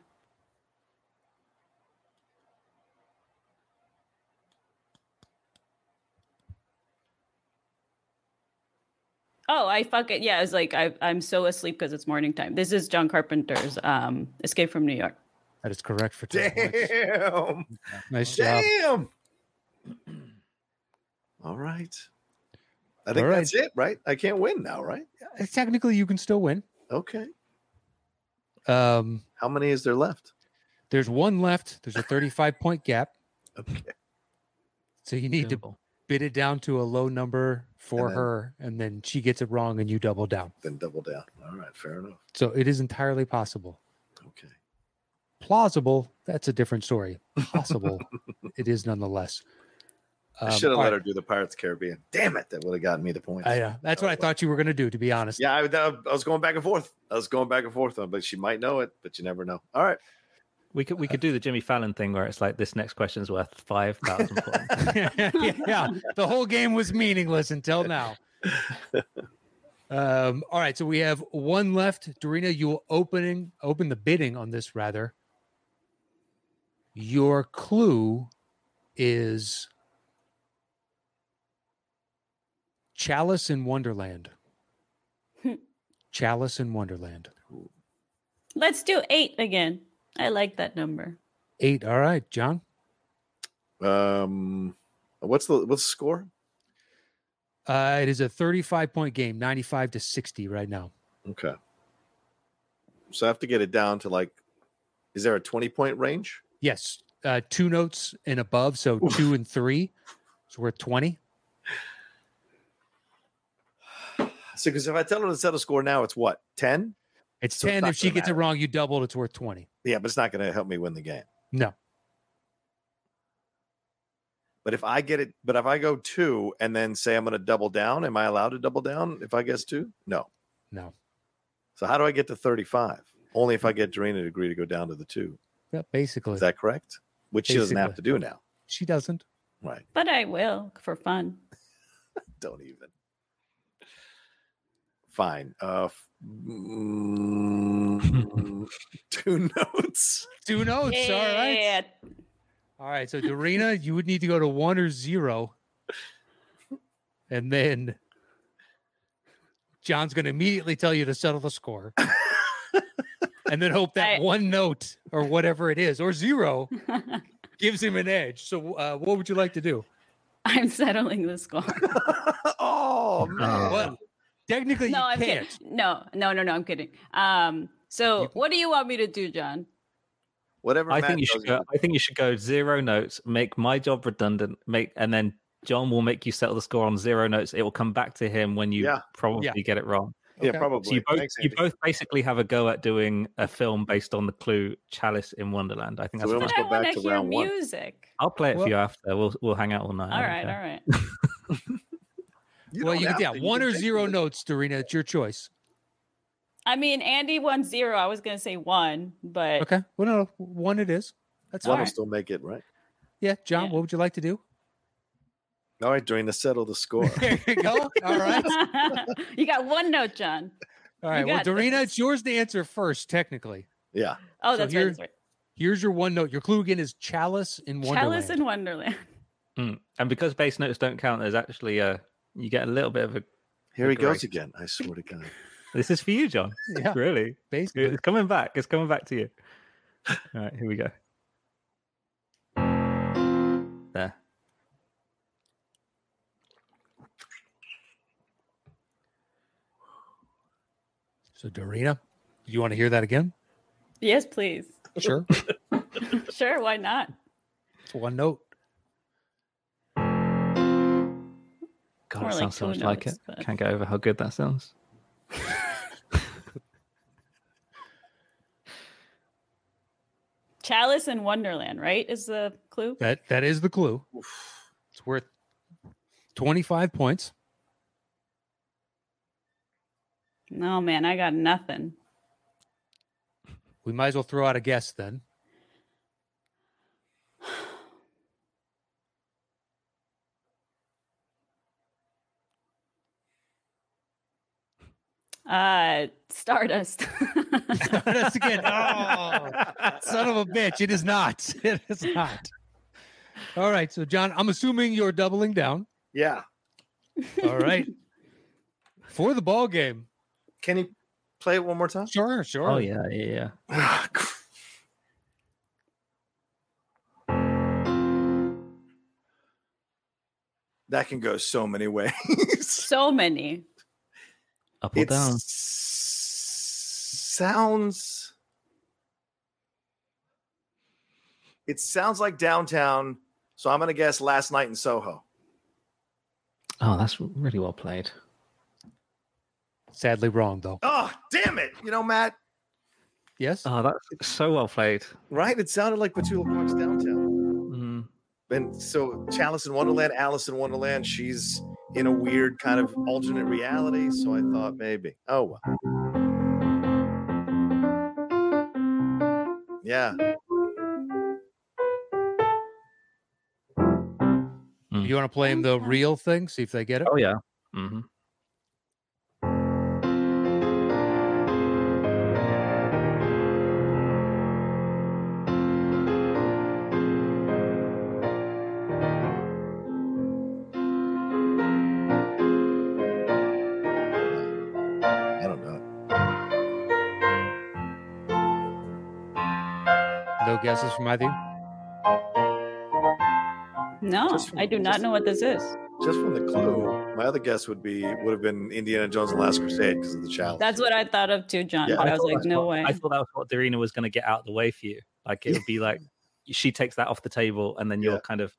Speaker 4: Oh, I fuck it. Yeah, I was like, I, I'm so asleep because it's morning time. This is John Carpenter's um, Escape from New York.
Speaker 2: That is correct for 10 points.
Speaker 5: Damn.
Speaker 2: Nice job.
Speaker 5: Damn. All right. I think
Speaker 2: All right.
Speaker 5: that's it, right? I can't win now, right?
Speaker 2: Uh, Technically, you can still win.
Speaker 5: Okay.
Speaker 2: Um,
Speaker 5: How many is there left?
Speaker 2: there's one left. There's a 35 point gap.
Speaker 5: Okay.
Speaker 2: So you need to
Speaker 3: Doable.
Speaker 2: bid it down to a low number for
Speaker 5: And then-
Speaker 2: her, and then she gets it wrong, and you double down.
Speaker 5: Then double down. All right, fair enough.
Speaker 2: So it is entirely possible.
Speaker 5: Okay.
Speaker 2: Plausible, that's a different story. Possible, it is nonetheless.
Speaker 5: I
Speaker 2: Um,
Speaker 5: should have
Speaker 2: all
Speaker 5: let
Speaker 2: right.
Speaker 5: her do the Pirates of the Caribbean. Damn it, that would have gotten me the points.
Speaker 2: I know. That's what I thought you were going to do, to be honest.
Speaker 5: Yeah, I, that- I was going back and forth. I was going back and forth on, but she might know it, but you never know. All right.
Speaker 3: We could we could do the Jimmy Fallon thing where it's like this next question's worth five thousand points.
Speaker 2: yeah, the whole game was meaningless until now. Um, all right, so we have one left. Dorina, you will opening open the bidding on this rather. Your clue is Chalice in Wonderland.
Speaker 4: Hmm.
Speaker 2: Chalice in Wonderland.
Speaker 4: Let's do eight again. I like that number.
Speaker 2: Eight. All right, John.
Speaker 5: Um, what's the what's the score?
Speaker 2: Uh, it is a 35 point game, 95 to 60 right now.
Speaker 5: Okay. So I have to get it down to like, is there a twenty point range?
Speaker 2: Yes, uh, two notes and above, so
Speaker 5: Oof.
Speaker 2: two and three. So we're at twenty.
Speaker 5: So because if I tell her to set a score now, it's what ten?
Speaker 2: It's
Speaker 5: So it's
Speaker 2: ten.
Speaker 5: not
Speaker 2: if she
Speaker 5: gonna
Speaker 2: gets it
Speaker 5: matter.
Speaker 2: wrong, you doubled. It's worth twenty.
Speaker 5: Yeah, but it's not going to help me win the game.
Speaker 2: No.
Speaker 5: But if I get it, but if I go two and then say I'm going to double down, am I allowed to double down if I guess two? No.
Speaker 2: No.
Speaker 5: So how do I get to thirty five? Only if I get Dorina to agree to go down to the two.
Speaker 2: Yeah, basically,
Speaker 5: Is that correct? Which she doesn't have to do now.
Speaker 2: she doesn't.
Speaker 5: Right.
Speaker 4: But I will for fun.
Speaker 5: Don't even. Fine. Uh f- mm, two notes.
Speaker 2: Two notes. All right.
Speaker 4: Yeah.
Speaker 2: All right. So Dorina, you would need to go to one or zero, and then John's going to immediately tell you to settle the score, and then hope that
Speaker 4: I-
Speaker 2: one note or whatever it is or zero gives him an edge. So, uh, what would you like to do?
Speaker 4: I'm settling the score.
Speaker 5: oh man.
Speaker 2: Well, technically,
Speaker 4: no,
Speaker 2: you
Speaker 4: I'm
Speaker 2: can't.
Speaker 4: kidding. No, no, no, no, I'm kidding. Um, so
Speaker 2: You-
Speaker 4: what do you want me to do, John?
Speaker 5: Whatever.
Speaker 3: I
Speaker 5: Matt
Speaker 3: think you should
Speaker 5: tells
Speaker 3: go. I think you should go zero notes. Make my job redundant. Make and then John will make you settle the score on zero notes. It will come back to him when you
Speaker 5: Yeah.
Speaker 3: probably get it wrong.
Speaker 5: Yeah,
Speaker 2: Okay.
Speaker 5: probably.
Speaker 3: So you both
Speaker 5: Thanks,
Speaker 3: you
Speaker 5: Andy.
Speaker 3: both basically have a go at doing a film based on the clue Chalice in Wonderland. I think
Speaker 5: So
Speaker 3: that's.
Speaker 5: we
Speaker 3: fine.
Speaker 4: But
Speaker 5: Let's go
Speaker 4: I
Speaker 5: back
Speaker 4: want to
Speaker 5: to
Speaker 4: hear
Speaker 5: round one.
Speaker 4: music.
Speaker 3: I'll play it
Speaker 2: Well-
Speaker 3: for you after. We'll we'll hang out all night.
Speaker 4: All
Speaker 3: I don't
Speaker 4: right,
Speaker 3: care.
Speaker 4: all right.
Speaker 2: well,
Speaker 5: don't
Speaker 2: you
Speaker 5: have
Speaker 2: can yeah,
Speaker 5: to. You
Speaker 2: one
Speaker 5: can
Speaker 2: or
Speaker 5: take
Speaker 2: zero
Speaker 5: the-
Speaker 2: notes, Dorina. It's your choice.
Speaker 4: I mean, Andy won zero. I was gonna say one, but
Speaker 2: Okay. Well, no, no, one it is. That's
Speaker 5: One
Speaker 2: fine.
Speaker 5: will
Speaker 4: Alright.
Speaker 5: still make it, right?
Speaker 2: Yeah, John.
Speaker 4: Yeah.
Speaker 2: What would you like to do?
Speaker 5: All right, Doreen, to settle the score.
Speaker 2: There you go. All right.
Speaker 4: you got one note, John.
Speaker 2: All right. Well,
Speaker 4: got
Speaker 2: Dorina,
Speaker 4: this.
Speaker 2: it's yours to answer first. Technically,
Speaker 5: yeah.
Speaker 4: Oh,
Speaker 2: So
Speaker 4: that's
Speaker 2: here-
Speaker 4: right. That's right.
Speaker 2: here's your one note. Your clue again is chalice in Wonderland.
Speaker 4: Chalice in Wonderland.
Speaker 3: Mm. And because bass notes don't count, there's actually a you get a little bit of a.
Speaker 5: Here he
Speaker 3: Correct.
Speaker 5: goes again. I swear to God.
Speaker 3: This is for you, John.
Speaker 2: yeah,
Speaker 3: Really,
Speaker 2: basically.
Speaker 3: it's coming back. It's coming back to you. All right, here we go. There.
Speaker 2: So, Dorina, you want to hear that again?
Speaker 4: Yes, please.
Speaker 2: Sure.
Speaker 4: Sure, why not?
Speaker 2: it's one note.
Speaker 3: God,
Speaker 4: More
Speaker 3: it
Speaker 4: like
Speaker 3: sounds so
Speaker 4: two
Speaker 3: much like
Speaker 4: notes,
Speaker 3: it.
Speaker 4: but-
Speaker 3: Can't get over how good that sounds.
Speaker 4: Chalice in Wonderland, right? Is the clue?
Speaker 2: That that is the clue. It's worth twenty five points.
Speaker 4: No, Oh, man, I got nothing.
Speaker 2: We might as well throw out a guess then.
Speaker 4: Uh, Stardust.
Speaker 2: That's again. Oh, son of a bitch. It is not. It is not. All right. So, John, I'm assuming you're doubling down.
Speaker 5: Yeah.
Speaker 2: All right. For the ball game.
Speaker 5: Can you play it one more time?
Speaker 2: Sure, sure.
Speaker 3: Oh yeah, yeah, yeah.
Speaker 5: that can go so many ways.
Speaker 4: so many.
Speaker 3: Up or
Speaker 5: It
Speaker 3: down.
Speaker 5: sounds. It sounds like downtown So I'm going to guess last night in Soho.
Speaker 3: Oh, that's really well played.
Speaker 2: Sadly wrong though. Um,
Speaker 5: Oh, damn it. You know, Matt,
Speaker 2: Yes.
Speaker 3: Oh, that's so well played.
Speaker 5: right? It sounded like Petula Park's downtown.
Speaker 3: Mm.
Speaker 5: And so Chalice in Wonderland, Alice in Wonderland, she's in a weird kind of alternate reality. So I thought maybe. Oh, well. Yeah.
Speaker 2: you want to play them the real thing? See if they get it.
Speaker 3: Oh yeah. hmm
Speaker 5: I don't know.
Speaker 2: No guesses from either.
Speaker 4: No,
Speaker 5: Just from-
Speaker 4: I do not
Speaker 5: just-
Speaker 4: know what this is.
Speaker 5: Just from the clue, my other guess would be would have been Indiana Jones and the Last Crusade because of the chalice.
Speaker 4: That's what I thought of too, John.
Speaker 5: Yeah,
Speaker 4: but
Speaker 5: I
Speaker 4: I was
Speaker 5: thought
Speaker 4: like,
Speaker 5: that's
Speaker 4: no
Speaker 3: Well,
Speaker 4: way.
Speaker 3: I thought that was what Darina was going to get out of the way for you. Like it would be like she takes that off the table, and then you're
Speaker 5: Yeah.
Speaker 3: kind of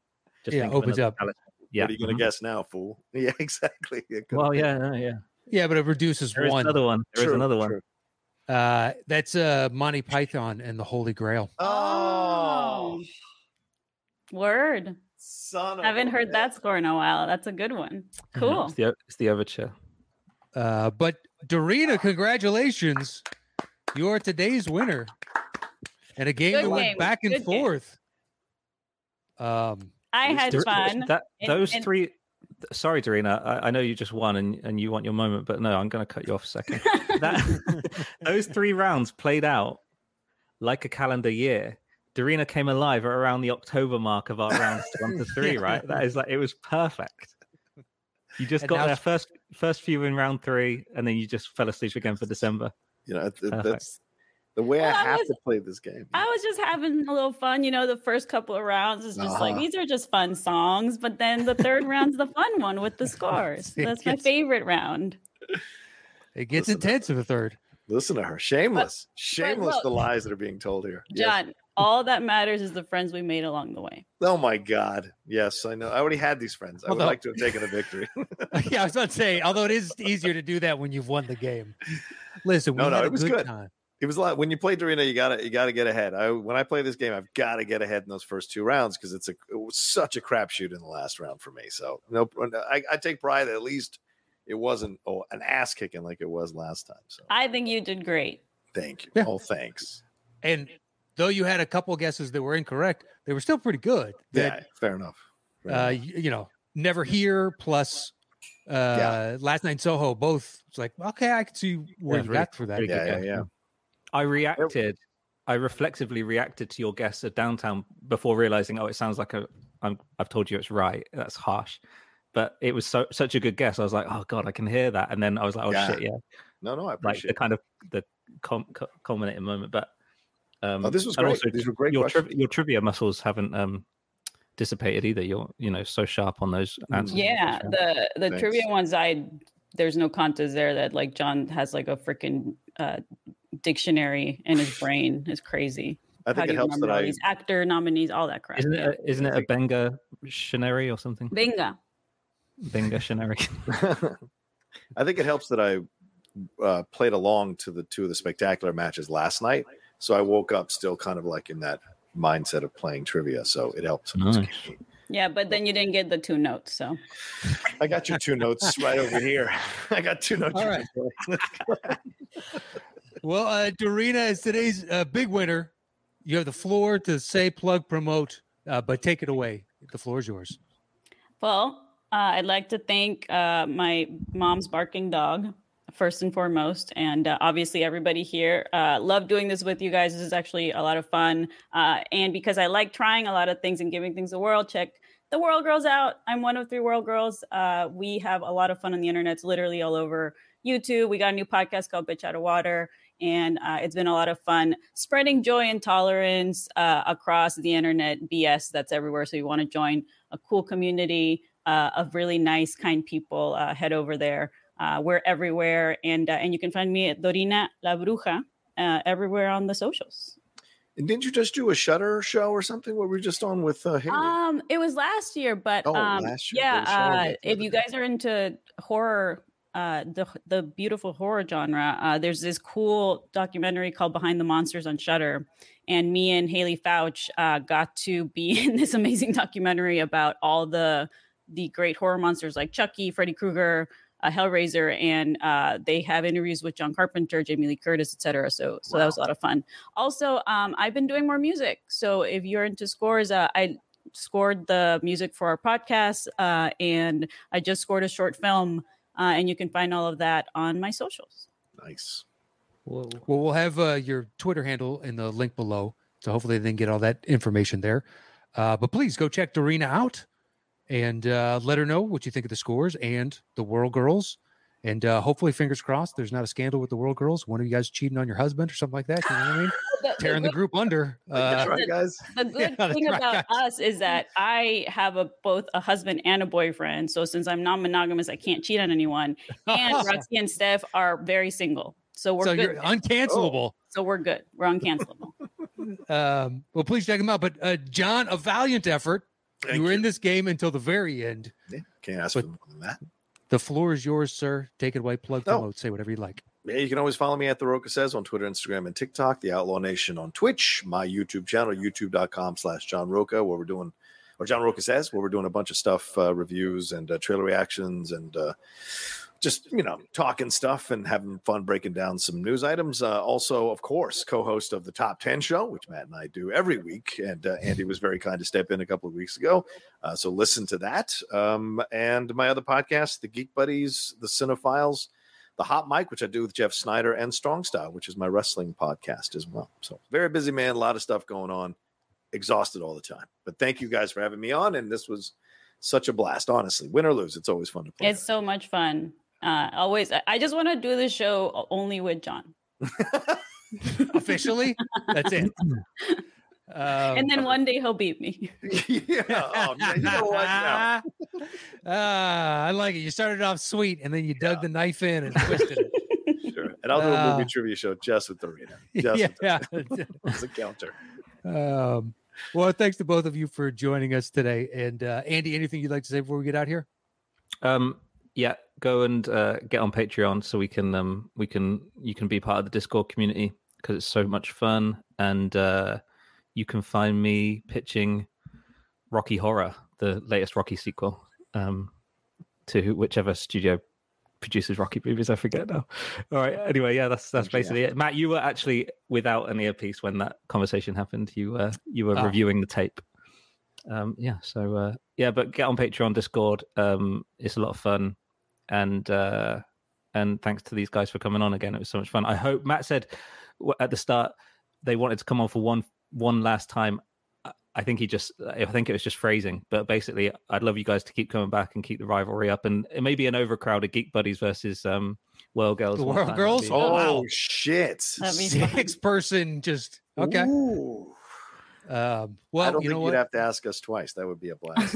Speaker 3: just
Speaker 2: Yeah,
Speaker 3: think of
Speaker 2: opens
Speaker 3: another
Speaker 2: up.
Speaker 3: palette. Yeah.
Speaker 5: What are you going to
Speaker 3: mhm.
Speaker 5: guess now, fool? Yeah, exactly. It could-
Speaker 3: Well, yeah, no, yeah.
Speaker 2: Yeah, but it reduces
Speaker 3: There is
Speaker 2: one.
Speaker 3: another one. There is
Speaker 5: True,
Speaker 3: another one.
Speaker 5: true.
Speaker 2: Uh, that's uh, Monty Python and the Holy Grail.
Speaker 5: Oh,
Speaker 4: Word.
Speaker 5: son of
Speaker 4: Haven't
Speaker 5: a
Speaker 4: heard
Speaker 5: bitch.
Speaker 4: that score in a while. That's a good one.
Speaker 3: Mhm.
Speaker 4: Cool.
Speaker 3: It's the, it's the overture.
Speaker 2: Uh, but Dorina, congratulations! You are today's winner, and a game
Speaker 4: Good
Speaker 2: that
Speaker 4: game,
Speaker 2: went back and
Speaker 4: good game.
Speaker 2: forth. Um,
Speaker 4: I had
Speaker 3: Dar-
Speaker 4: fun.
Speaker 3: That,
Speaker 4: And-
Speaker 3: those
Speaker 4: and-
Speaker 3: three. Sorry, Darina. I, I know you just won and, and you want your moment, but no, I'm going to cut you off a second. That, those three rounds played out like a calendar year. Darina came alive at around the October mark of our rounds one to three, right? That is like it was perfect. You just
Speaker 2: And now
Speaker 3: got there
Speaker 2: it's-
Speaker 3: first first few in round three, and then you just fell asleep again for December.
Speaker 5: You know, th-
Speaker 3: Perfect.
Speaker 5: that's the way
Speaker 4: Well,
Speaker 5: I
Speaker 4: I
Speaker 5: have
Speaker 4: was-
Speaker 5: to play this game.
Speaker 4: I was just having a little fun, you know. The first couple of rounds is just like
Speaker 5: Uh-huh.
Speaker 4: these are just fun songs, but then the third round's the fun one with the scores. That's my
Speaker 2: Yes.
Speaker 4: favorite round.
Speaker 2: it gets
Speaker 5: Listen up.
Speaker 2: intense in the third.
Speaker 5: Listen to her. Shameless. Shameless
Speaker 4: look-
Speaker 5: the lies that are being told here. Yes.
Speaker 4: John, all that matters is the friends we made along the way.
Speaker 5: Oh my god. Yes, I know. I already had these friends. I would
Speaker 2: Although-
Speaker 5: like to have taken a victory.
Speaker 2: yeah, I was about to say, although it is easier to do that when you've won the game. Listen, we
Speaker 5: No, no,
Speaker 2: had a
Speaker 5: it was
Speaker 2: good,
Speaker 5: good.
Speaker 2: time.
Speaker 5: it was a lot when you play Dorina, you gotta you gotta get ahead. I when I play this game, I've gotta get ahead in those first two rounds because it's a it was such a crapshoot in the last round for me. So no I, I take pride that at least it wasn't oh, an ass kicking like it was last time. So
Speaker 4: I think you did great.
Speaker 5: thank you.
Speaker 2: Yeah.
Speaker 5: Oh thanks.
Speaker 2: And though you had a couple guesses that were incorrect, they were still pretty good.
Speaker 5: Yeah,
Speaker 2: That
Speaker 5: fair enough. Fair
Speaker 2: uh,
Speaker 5: enough.
Speaker 2: you, you know, never here plus uh last night in Soho, both it's like okay, I can see where
Speaker 3: Yeah,
Speaker 2: you
Speaker 3: really-
Speaker 2: got for that.
Speaker 3: really
Speaker 5: yeah,
Speaker 3: good
Speaker 5: yeah,
Speaker 3: guess.
Speaker 5: yeah.
Speaker 3: I reacted. I reflexively reacted to your guess of downtown before realizing, oh, it sounds like a, I'm, I've told you it's right. That's harsh, but it was so, such a good guess. I was like, oh god, I can hear that, and then I was like, oh
Speaker 5: Yeah.
Speaker 3: shit, yeah,
Speaker 5: No, no, I
Speaker 3: like
Speaker 5: appreciate
Speaker 3: the kind of the com- cu- culminating moment. But um,
Speaker 5: Oh, this was
Speaker 3: and
Speaker 5: great.
Speaker 3: also
Speaker 5: These were great
Speaker 3: your tri-
Speaker 5: questions.
Speaker 3: your trivia muscles haven't um, dissipated either. You're you know so sharp on those answers.
Speaker 4: Yeah, the the
Speaker 5: Thanks.
Speaker 4: trivia ones, I there's no contest there that like John has like a freaking uh, dictionary in his brain. It's crazy.
Speaker 5: I think
Speaker 4: How do
Speaker 5: it
Speaker 4: you
Speaker 5: helps
Speaker 4: remember
Speaker 5: that
Speaker 4: all
Speaker 5: I
Speaker 4: these actor nominees, all that crap?
Speaker 3: Isn't it, a, isn't it a Benga Shineri or something?
Speaker 4: Bingo.
Speaker 3: Benga Shineri.
Speaker 5: I think it helps that I uh, played along to the two of the spectacular matches last night, so I woke up still kind of like in that mindset of playing trivia. So it helped.
Speaker 3: Nice.
Speaker 4: Yeah, but then you didn't get the two notes, so
Speaker 5: I got your two notes right over here. I got two notes.
Speaker 2: All right. Well, uh Dorina is today's uh, big winner. You have the floor to say, plug, promote, uh, but take it away. The floor is yours.
Speaker 4: Well, uh, I'd like to thank uh, my mom's barking dog first and foremost, and uh, obviously everybody here. Uh, love doing this with you guys. This is actually a lot of fun, uh, and because I like trying a lot of things and giving things a whirl, check the World Girls out. I'm one of three World Girls. Uh, we have a lot of fun on the internet. It's literally all over YouTube. We got a new podcast called Bitch Out of Water. And uh, it's been a lot of fun spreading joy and tolerance uh, across the internet BS that's everywhere. So you want to join a cool community uh, of really nice, kind people. Uh, head over there. Uh, we're everywhere, and uh, and you can find me at Dorina La Bruja uh, everywhere on the socials.
Speaker 5: And didn't you just do a Shutter show or something? What we were just on with uh, Haley?
Speaker 4: Um, it was last year, but
Speaker 5: Oh,
Speaker 4: um,
Speaker 5: last year, there was
Speaker 4: yeah.
Speaker 5: Halloween.
Speaker 4: Uh, if you guys are into horror, uh, the the beautiful horror genre, uh, there's this cool documentary called Behind the Monsters on Shutter, and me and Haley Fouch uh, got to be in this amazing documentary about all the the great horror monsters like Chucky, Freddy Krueger. Uh, Hellraiser, and uh, they have interviews with John Carpenter, Jamie Lee Curtis, etc. So, so that was a lot of fun. Also, um, I've been doing more music. So, if you're into scores, uh, I scored the music for our podcast, uh, and I just scored a short film, uh, and you can find all of that on my socials.
Speaker 5: nice.
Speaker 3: Whoa.
Speaker 2: Well, we'll have uh, your Twitter handle in the link below. So hopefully they can get all that information there. Uh, but please go check Dorina out and uh, let her know what you think of the scores and the World Girls. And uh, hopefully, fingers crossed, there's not a scandal with the World Girls. One of you guys cheating on your husband or something like that. You know what I mean?
Speaker 4: Oh,
Speaker 2: Tearing the group under. Uh,
Speaker 5: That's right, guys.
Speaker 4: the good
Speaker 2: that's
Speaker 4: thing
Speaker 2: right,
Speaker 4: about us is that I have a both a husband and a boyfriend. So since I'm non-monogamous, I can't cheat on anyone. And Roxy and Steph are very single. So we're
Speaker 2: so
Speaker 4: good.
Speaker 2: you're uncancelable.
Speaker 4: so we're good. We're uncancelable.
Speaker 2: Um, well, please check them out. But uh, John, a valiant effort.
Speaker 5: Thank
Speaker 2: you were
Speaker 5: you.
Speaker 2: in this game until the very end.
Speaker 5: Can't ask
Speaker 2: But-
Speaker 5: for more than that.
Speaker 2: The floor is yours, sir. Take it away. Plug,
Speaker 5: No.
Speaker 2: promote, say whatever you like.
Speaker 5: Yeah, you can always follow me at The Roca Says on Twitter, Instagram, and TikTok, The Outlaw Nation on Twitch, my YouTube channel, youtube.com slash John Roca, where we're doing, or John Roca Says, where we're doing a bunch of stuff, uh, reviews and uh, trailer reactions and uh, just, you know, talking stuff and having fun breaking down some news items. Uh, also, of course, co host of the Top 10 show, which Matt and I do every week. And uh, Andy was very kind to step in a couple of weeks ago. Uh, so listen to that. Um, and my other podcast, The Geek Buddies, The Cinephiles, the Hot Mic, which I do with Jeff Snyder, and Strong Style, which is my wrestling podcast as well. So very busy man, a lot of stuff going on, exhausted all the time. But thank you guys for having me on, and this was such a blast. Honestly, win or lose, it's always fun to play.
Speaker 4: it's so much fun. Uh, always, I- I just want to do this show o- only with John.
Speaker 2: Officially, that's it. Um,
Speaker 4: and then one day he'll beat me.
Speaker 5: yeah, oh, man, you know what? No.
Speaker 2: Ah, I like it. You started off sweet, and then you dug the knife in and twisted it.
Speaker 5: Sure. And I'll do a movie
Speaker 2: Uh,
Speaker 5: trivia show just with the arena, just
Speaker 2: yeah.
Speaker 5: with the- as a counter.
Speaker 2: Um, well, thanks to both of you for joining us today. And uh, Andy, anything you'd like to say before we get out here?
Speaker 3: Um, yeah, go and uh, get on Patreon so we can um we can you can be part of the Discord community because it's so much fun and uh, you can find me pitching Rocky Horror, the latest Rocky sequel, um, to whichever studio produces Rocky movies. I forget now. All right. Anyway, yeah, that's that's basically it. Matt, you were actually without an earpiece when that conversation happened. You uh, you were
Speaker 2: Ah.
Speaker 3: reviewing the tape. Um, yeah. So uh, yeah, but get on Patreon, Discord. Um, it's a lot of fun, and uh, and thanks to these guys for coming on again. It was so much fun. I hope Matt said w- at the start they wanted to come on for one one last time. I- I think he just I think it was just phrasing, but basically I'd love you guys to keep coming back and keep the rivalry up, and it may be an overcrowded geek buddies versus um world girls.
Speaker 2: The
Speaker 3: one
Speaker 2: World
Speaker 3: time.
Speaker 2: Girls?
Speaker 3: That'd be-
Speaker 5: Oh,
Speaker 2: wow.
Speaker 5: shit!
Speaker 4: That'd be fun.
Speaker 2: Six person, just okay.
Speaker 5: Ooh.
Speaker 2: Um,
Speaker 5: I
Speaker 2: well,
Speaker 5: don't
Speaker 2: you
Speaker 5: think
Speaker 2: know
Speaker 5: you'd
Speaker 2: what?
Speaker 5: have to ask us twice. That would be a blast.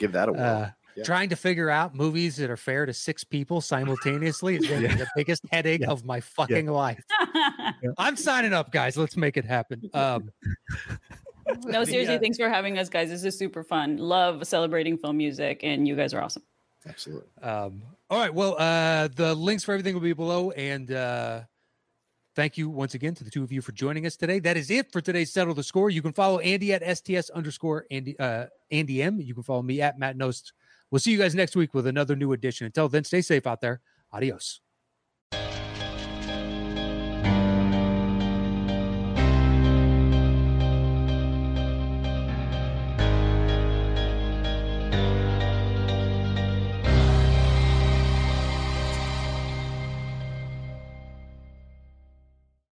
Speaker 5: Give that a whirl.
Speaker 2: uh,
Speaker 5: Oh, Yeah.
Speaker 2: trying to figure out movies that are fair to six people simultaneously is gonna be the biggest headache of my fucking life. I'm signing up, guys. Let's make it happen. Um,
Speaker 4: no,
Speaker 2: the,
Speaker 4: seriously,
Speaker 2: uh,
Speaker 4: thanks for having us, guys. This is super fun. Love celebrating film music, and you guys are awesome.
Speaker 5: Absolutely.
Speaker 2: um, all right. Well, uh, the links for everything will be below. And uh, thank you once again to the two of you for joining us today. That is it for today's Settle the Score. You can follow Andy at STS underscore Andy, uh, Andy M. You can follow me at Matt Nost. We'll see you guys next week with another new edition. Until then, stay safe out there. Adios.